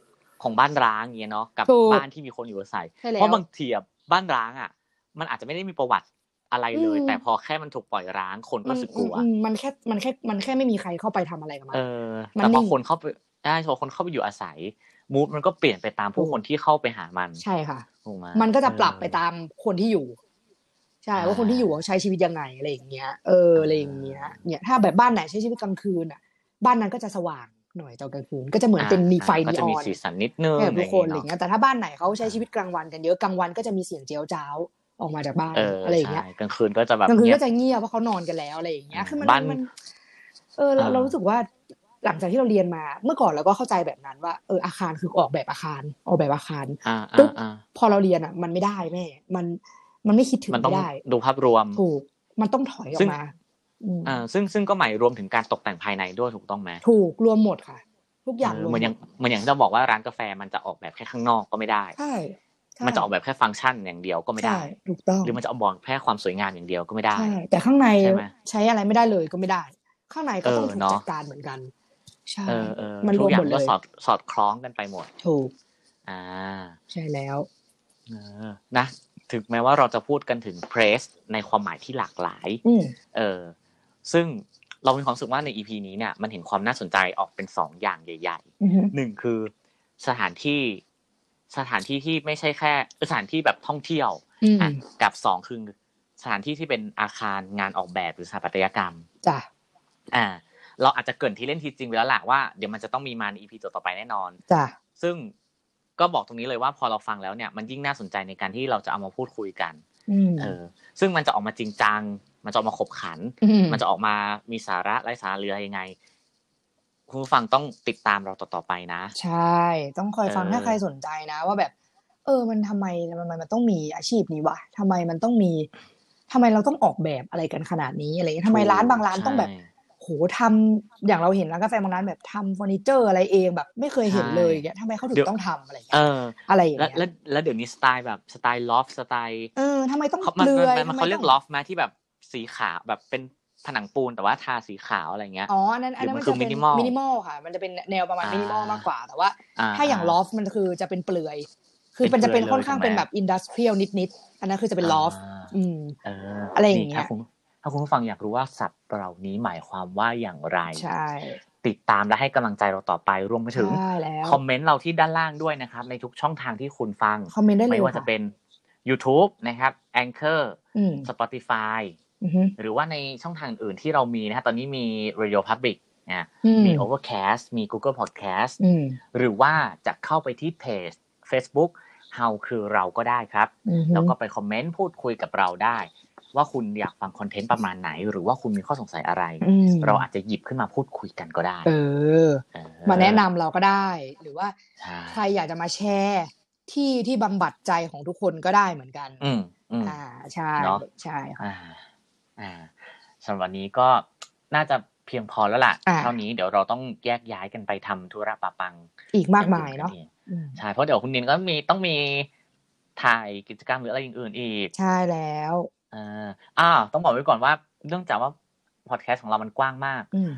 Speaker 1: ของบ้านร้างอย่างเงี้ยเนาะกับ
Speaker 2: ถูก
Speaker 1: บ้านที่มีคนอยู่อาศัย
Speaker 2: ใช่แล้
Speaker 1: เพ
Speaker 2: ว
Speaker 1: ราะบางทีอะบ้านร้างอ่ะ มันอาจจะไม่ได้มีประวัติอะไรเลย
Speaker 2: อืม
Speaker 1: แต่พอแค่มันถูกปล่อยร้างคนก็
Speaker 2: มั
Speaker 1: รู้สึกกลัว
Speaker 2: อืมมันแค่มันแค่มันแค่ไม่มีใครเข้าไปทำอะไรกับมัน
Speaker 1: เออ
Speaker 2: มัน
Speaker 1: แต่พอ
Speaker 2: นิ่ง
Speaker 1: คนเข้าไปได้พอคนเข้าไปอยู่อาศัยมูดมันก็เปลี่ยนไปตามผู้
Speaker 2: ถูก
Speaker 1: คนที่เข้าไปหามัน
Speaker 2: ใช่ค่ะ
Speaker 1: ถูกไหม
Speaker 2: มันก็จะปรับ
Speaker 1: เออ
Speaker 2: ไปตามคนที่อยู่ ใช่
Speaker 1: อ่า
Speaker 2: ว่าคนที่อยู่เขาใช้ชีวิตยังไงอะไรอย่างเงี้ยเอออะไรอย่างเงี้ย เนี่ยถ้าแบบบ้านไหนใช้ชีวิตกลางคืนอ่ะ บ้านนั้นก็จะสว่างหน่อยตอนกลางคืน ก็จะเหมือนเป็นา มีไฟ
Speaker 1: ก็
Speaker 2: นี
Speaker 1: จะ
Speaker 2: อ
Speaker 1: มี
Speaker 2: อน
Speaker 1: สีสันนิดนึง
Speaker 2: ให้กับทุกคนอะไร
Speaker 1: า
Speaker 2: เงี้ยแต่ถ้าบ้านไหนเขาใช้ชีวิตกลางวันกันเยอะกลางวันก็จะมีเสียงเจียวจ้าวออกมาจากบ้าน
Speaker 1: เออ
Speaker 2: อะไรอย่างเงี้ย
Speaker 1: ใช่กลางคืนก็จะแบบ
Speaker 2: กลางคืน
Speaker 1: เงียบ
Speaker 2: ก็จะเงียบเพราะเขานอนกันแล้วอะไรอย่างเงี้ยคือมัน
Speaker 1: บ้าน
Speaker 2: มัน เออเรา
Speaker 1: อ่า
Speaker 2: เรารู้สึกว่าหลังจากที่เราเรียนมาเมื่อก่อนเราก็เข้าใจแบบนั้นว่าเอออาคารคือออกแบบอาคารออกแบบอาคาร
Speaker 1: อ่า
Speaker 2: ตุ๊
Speaker 1: อ่า
Speaker 2: บ
Speaker 1: อ่า
Speaker 2: พอเราเรียนอ่ะ มันไม่ได้แม่ มันมันไม่คิดถึง
Speaker 1: มันต้อง
Speaker 2: ไม่ได้
Speaker 1: ดูภาพรวม
Speaker 2: ถูกมันต้องถอยออ
Speaker 1: ซึ่ง
Speaker 2: กมาอืม
Speaker 1: อ่าซึ่งซึ่งก็หมายรวมถึงการตกแต่งภายในด้วยถูกต้องไหม
Speaker 2: ถูกรวมหมดค่ะ ทุกอย่าง
Speaker 1: เอ
Speaker 2: ร
Speaker 1: อ
Speaker 2: วม
Speaker 1: เหมือนอย่าง
Speaker 2: หด
Speaker 1: เหมือนอย่างที่เราบอกว่าร้านกาแฟมันจะออกแบบแค่ข้างนอกก็ไม่ได้
Speaker 2: ใช่ใช่
Speaker 1: มันจะออกแบบแค่ฟังก์ชันอย่างเดียวก็ไม่ได้
Speaker 2: ใช่ถูกต้อง
Speaker 1: หรือมันจะออกแบบแค่ความสวยงามอย่างเดียวก็ไม่ได้
Speaker 2: ใช่ แต่ข้างใน
Speaker 1: ใช่ไหม
Speaker 2: ใช้อะไรไม่ได้เลยก็ไม่ได้ ข้างในก็ต้อง
Speaker 1: เออ
Speaker 2: ถูก
Speaker 1: เนอะ
Speaker 2: จัดการเหมือนกัน ใช่
Speaker 1: เออเออ
Speaker 2: มันร
Speaker 1: ทุ
Speaker 2: ว
Speaker 1: ก
Speaker 2: ม
Speaker 1: อย่า
Speaker 2: หม
Speaker 1: ง
Speaker 2: ดเล
Speaker 1: ก็
Speaker 2: ย
Speaker 1: สอดสอดคล้องกันไปหมด
Speaker 2: ถูก
Speaker 1: อ่า
Speaker 2: ใช่แล้ว
Speaker 1: เออนะ ถึงแม้ว่าเราจะพูดกันถึงเพรสในความหมายที่หลากหลาย
Speaker 2: อืม
Speaker 1: เออซึ่งเรามีความรู้สึกว่าใน EP นี้เนี่ยมันเห็นความน่าสนใจออกเป็นสองอย่างใหญ่
Speaker 2: อือฮึ
Speaker 1: ๆหนึ่งคือสถานที่สถานที่ที่ไม่ใช่แค่สถานที่แบบท่องเที่ยว
Speaker 2: อืม
Speaker 1: อ่ะกับสองคือสถานที่ที่เป็นอาคารงานออกแบบหรือสถาปัตยกรรม
Speaker 2: จ้ะ
Speaker 1: อ่าเราอาจจะเกรินที่เล่นทีจริงไปแล้วแหละว่าเดี๋ยวมันจะต้องมีมาใน EP ต่อๆไปแน่นอน
Speaker 2: จ้ะ
Speaker 1: ซึ่งก็บอกตรงนี้เลยว่าพอเราฟังแล้วเนี่ยมันยิ่งน่าสนใจในการที่เราจะเอามาพูดคุยกัน
Speaker 2: อืม
Speaker 1: เออซึ่งมันจะออกมาจริงจังมันจะออกมาขบขัน
Speaker 2: ม
Speaker 1: มันจะออกมามีสาระไร้สาระเรือยังไง คุณผู้ฟังต้องติดตามเราต่อๆไปนะ
Speaker 2: ใช่ ต้องคอยฟัง
Speaker 1: เออ
Speaker 2: ถ้าใครสนใจนะ ว่าแบบ เออ มันทำไมมันมันมันต้องมีอาชีพนี้วะทำไมมันต้องมีทำไมเราต้องออกแบบอะไรกันขนาดนี้อะไรอย่างเงี้ยทำไมร้านบางร้านต้องแบบ
Speaker 1: ใช่
Speaker 2: โหทำอย่างเราเห็นร้านกาแฟบางร้านแบบทำเฟอร์นิเจอร์อะไรเองแบบ ไม่เคยเห็นเลยอย่างเงี้ยทำไมเขาถึ
Speaker 1: เดี๋
Speaker 2: ง
Speaker 1: ยว
Speaker 2: ต้องทำอะไรอย่าง
Speaker 1: เอ
Speaker 2: เงี้ย
Speaker 1: อ
Speaker 2: อะไรอย่าง
Speaker 1: แล้ว
Speaker 2: เงี้ย
Speaker 1: แล้วแล้วเดี๋ยวนี้สไตล์แบบสไตล์ลอฟสไตล์
Speaker 2: เออทำไมต้อง
Speaker 1: เขามัน
Speaker 2: เปลือย
Speaker 1: มันมัน
Speaker 2: ทำไม
Speaker 1: เขาเรียก
Speaker 2: ต้ง
Speaker 1: ลอฟไหมที่แบบสีขาวแบบเป็นผนังปูนแต่ว่าทาสีขาวอะไรเงี้ย
Speaker 2: อ๋ออันนั้นอันนั้น
Speaker 1: หรือมั
Speaker 2: มัน น
Speaker 1: คือ
Speaker 2: จะเป็น
Speaker 1: minimal
Speaker 2: มินิมอลค่ะ มันจะเป็นแนวประมาณ
Speaker 1: อ่า
Speaker 2: มินิมอลมากกว่า แต่ว่า ถ้าอย่างลอฟมันคือจะเป็นเปลือย คือ
Speaker 1: เป็
Speaker 2: มัน น
Speaker 1: เปลือย
Speaker 2: จะเป็น
Speaker 1: เลย
Speaker 2: ค่อนข้าง
Speaker 1: ใช่ไหม
Speaker 2: เป็นแบบอินดัสเทรียลนิดๆอันนั้นคือจะเป็นลอฟ
Speaker 1: อ่า
Speaker 2: อืม
Speaker 1: เออ
Speaker 2: อะไรอย่าง
Speaker 1: นี่
Speaker 2: เงี้ย
Speaker 1: ถ้าคุณถ้าคุณผู้ฟังอยากรู้ว่าสัตว์เหล่านี้หมายความว่าอย่างไร
Speaker 2: ใช่
Speaker 1: ติดตามและให้กำลังใจเราต่อไปรวมไปถึง
Speaker 2: ใช่แล้ว
Speaker 1: คอมเมนต์เราที่ด้านล่างด้วยนะครับ ในทุกช่องทางที่คุณฟัง
Speaker 2: คอมเมนต์ได้เลย
Speaker 1: ไม่ว่าจะเป็น YouTube นะครับ Anchor
Speaker 2: อืม
Speaker 1: Spotify
Speaker 2: อือฮึ
Speaker 1: หรือว่าในช่องทางอื่นที่เรามีนะฮะตอนนี้มี Radio Public นะ
Speaker 2: อืม
Speaker 1: มี Overcast มี Google Podcast
Speaker 2: อืม
Speaker 1: หรือว่าจะเข้าไปที่เพจ Facebook How คือเราก็ได้ครับ
Speaker 2: อือฮึ
Speaker 1: แล้วก็ไปคอมเมนต์พูดคุยกับเราได้ ว่าคุณอยากฟังคอนเทนต์ประมาณไหน หรือว่าคุณมีข้อสงสัยอะไร
Speaker 2: อืม
Speaker 1: เราอาจจะหยิบขึ้นมาพูดคุยกันก็ได้
Speaker 2: เออ
Speaker 1: เออ
Speaker 2: มาแนะนำเราก็ได้ หรือว่า
Speaker 1: ใช่
Speaker 2: ใครอยากจะมาแชร์ที่ที่บำบัดใจของทุกคนก็ได้เหมือนกัน
Speaker 1: อืมอืม
Speaker 2: อ่าใช่
Speaker 1: เนอะ
Speaker 2: ใช่ค่ะ
Speaker 1: อ่าอ่าสำหรับวันนี้ก็น่าจะเพียงพอแล้วล่ะ
Speaker 2: อ่า
Speaker 1: เท่านี้เดี๋ยวเราต้องแยกย้ายกันไปทำธุระปะปัง
Speaker 2: อีกมากมายเนาะ
Speaker 1: อย่งอื่กัอง
Speaker 2: อืม
Speaker 1: ใช่เพราะเดี๋ยวคุณนินก็มีต้องมี ถ่ายกิจกรรมหรืออะไรอย่างอื่นอีก
Speaker 2: ใช่แล้ว
Speaker 1: เอออ่าต้องบอกไว้ก่อนว่าเรื่องจากว่าพอดแคสต์ของเรามันกว้างมาก
Speaker 2: อืม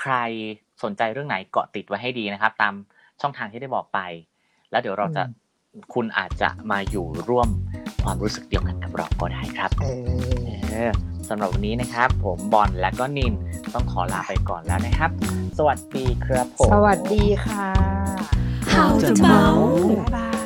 Speaker 1: ใครสนใจเรื่องไหนเกาะติดไว้ให้ดีนะครับ ตามช่องทางที่ได้บอกไป แล้วเดี๋ยวเราจะ
Speaker 2: อืม
Speaker 1: คุณอาจจะมาอยู่ร่วมความรู้สึกเดียวกันกับเราก็ได้ครับ
Speaker 2: เออ
Speaker 1: เออสำหรับวันนี้นะครับ ผมบอลและก็นินต้องขอลาไปก่อนแล้วนะครับ สวัสดีครับผม
Speaker 2: สวัสดีค่ะ
Speaker 3: 好的猫。
Speaker 2: บ๊ายบาย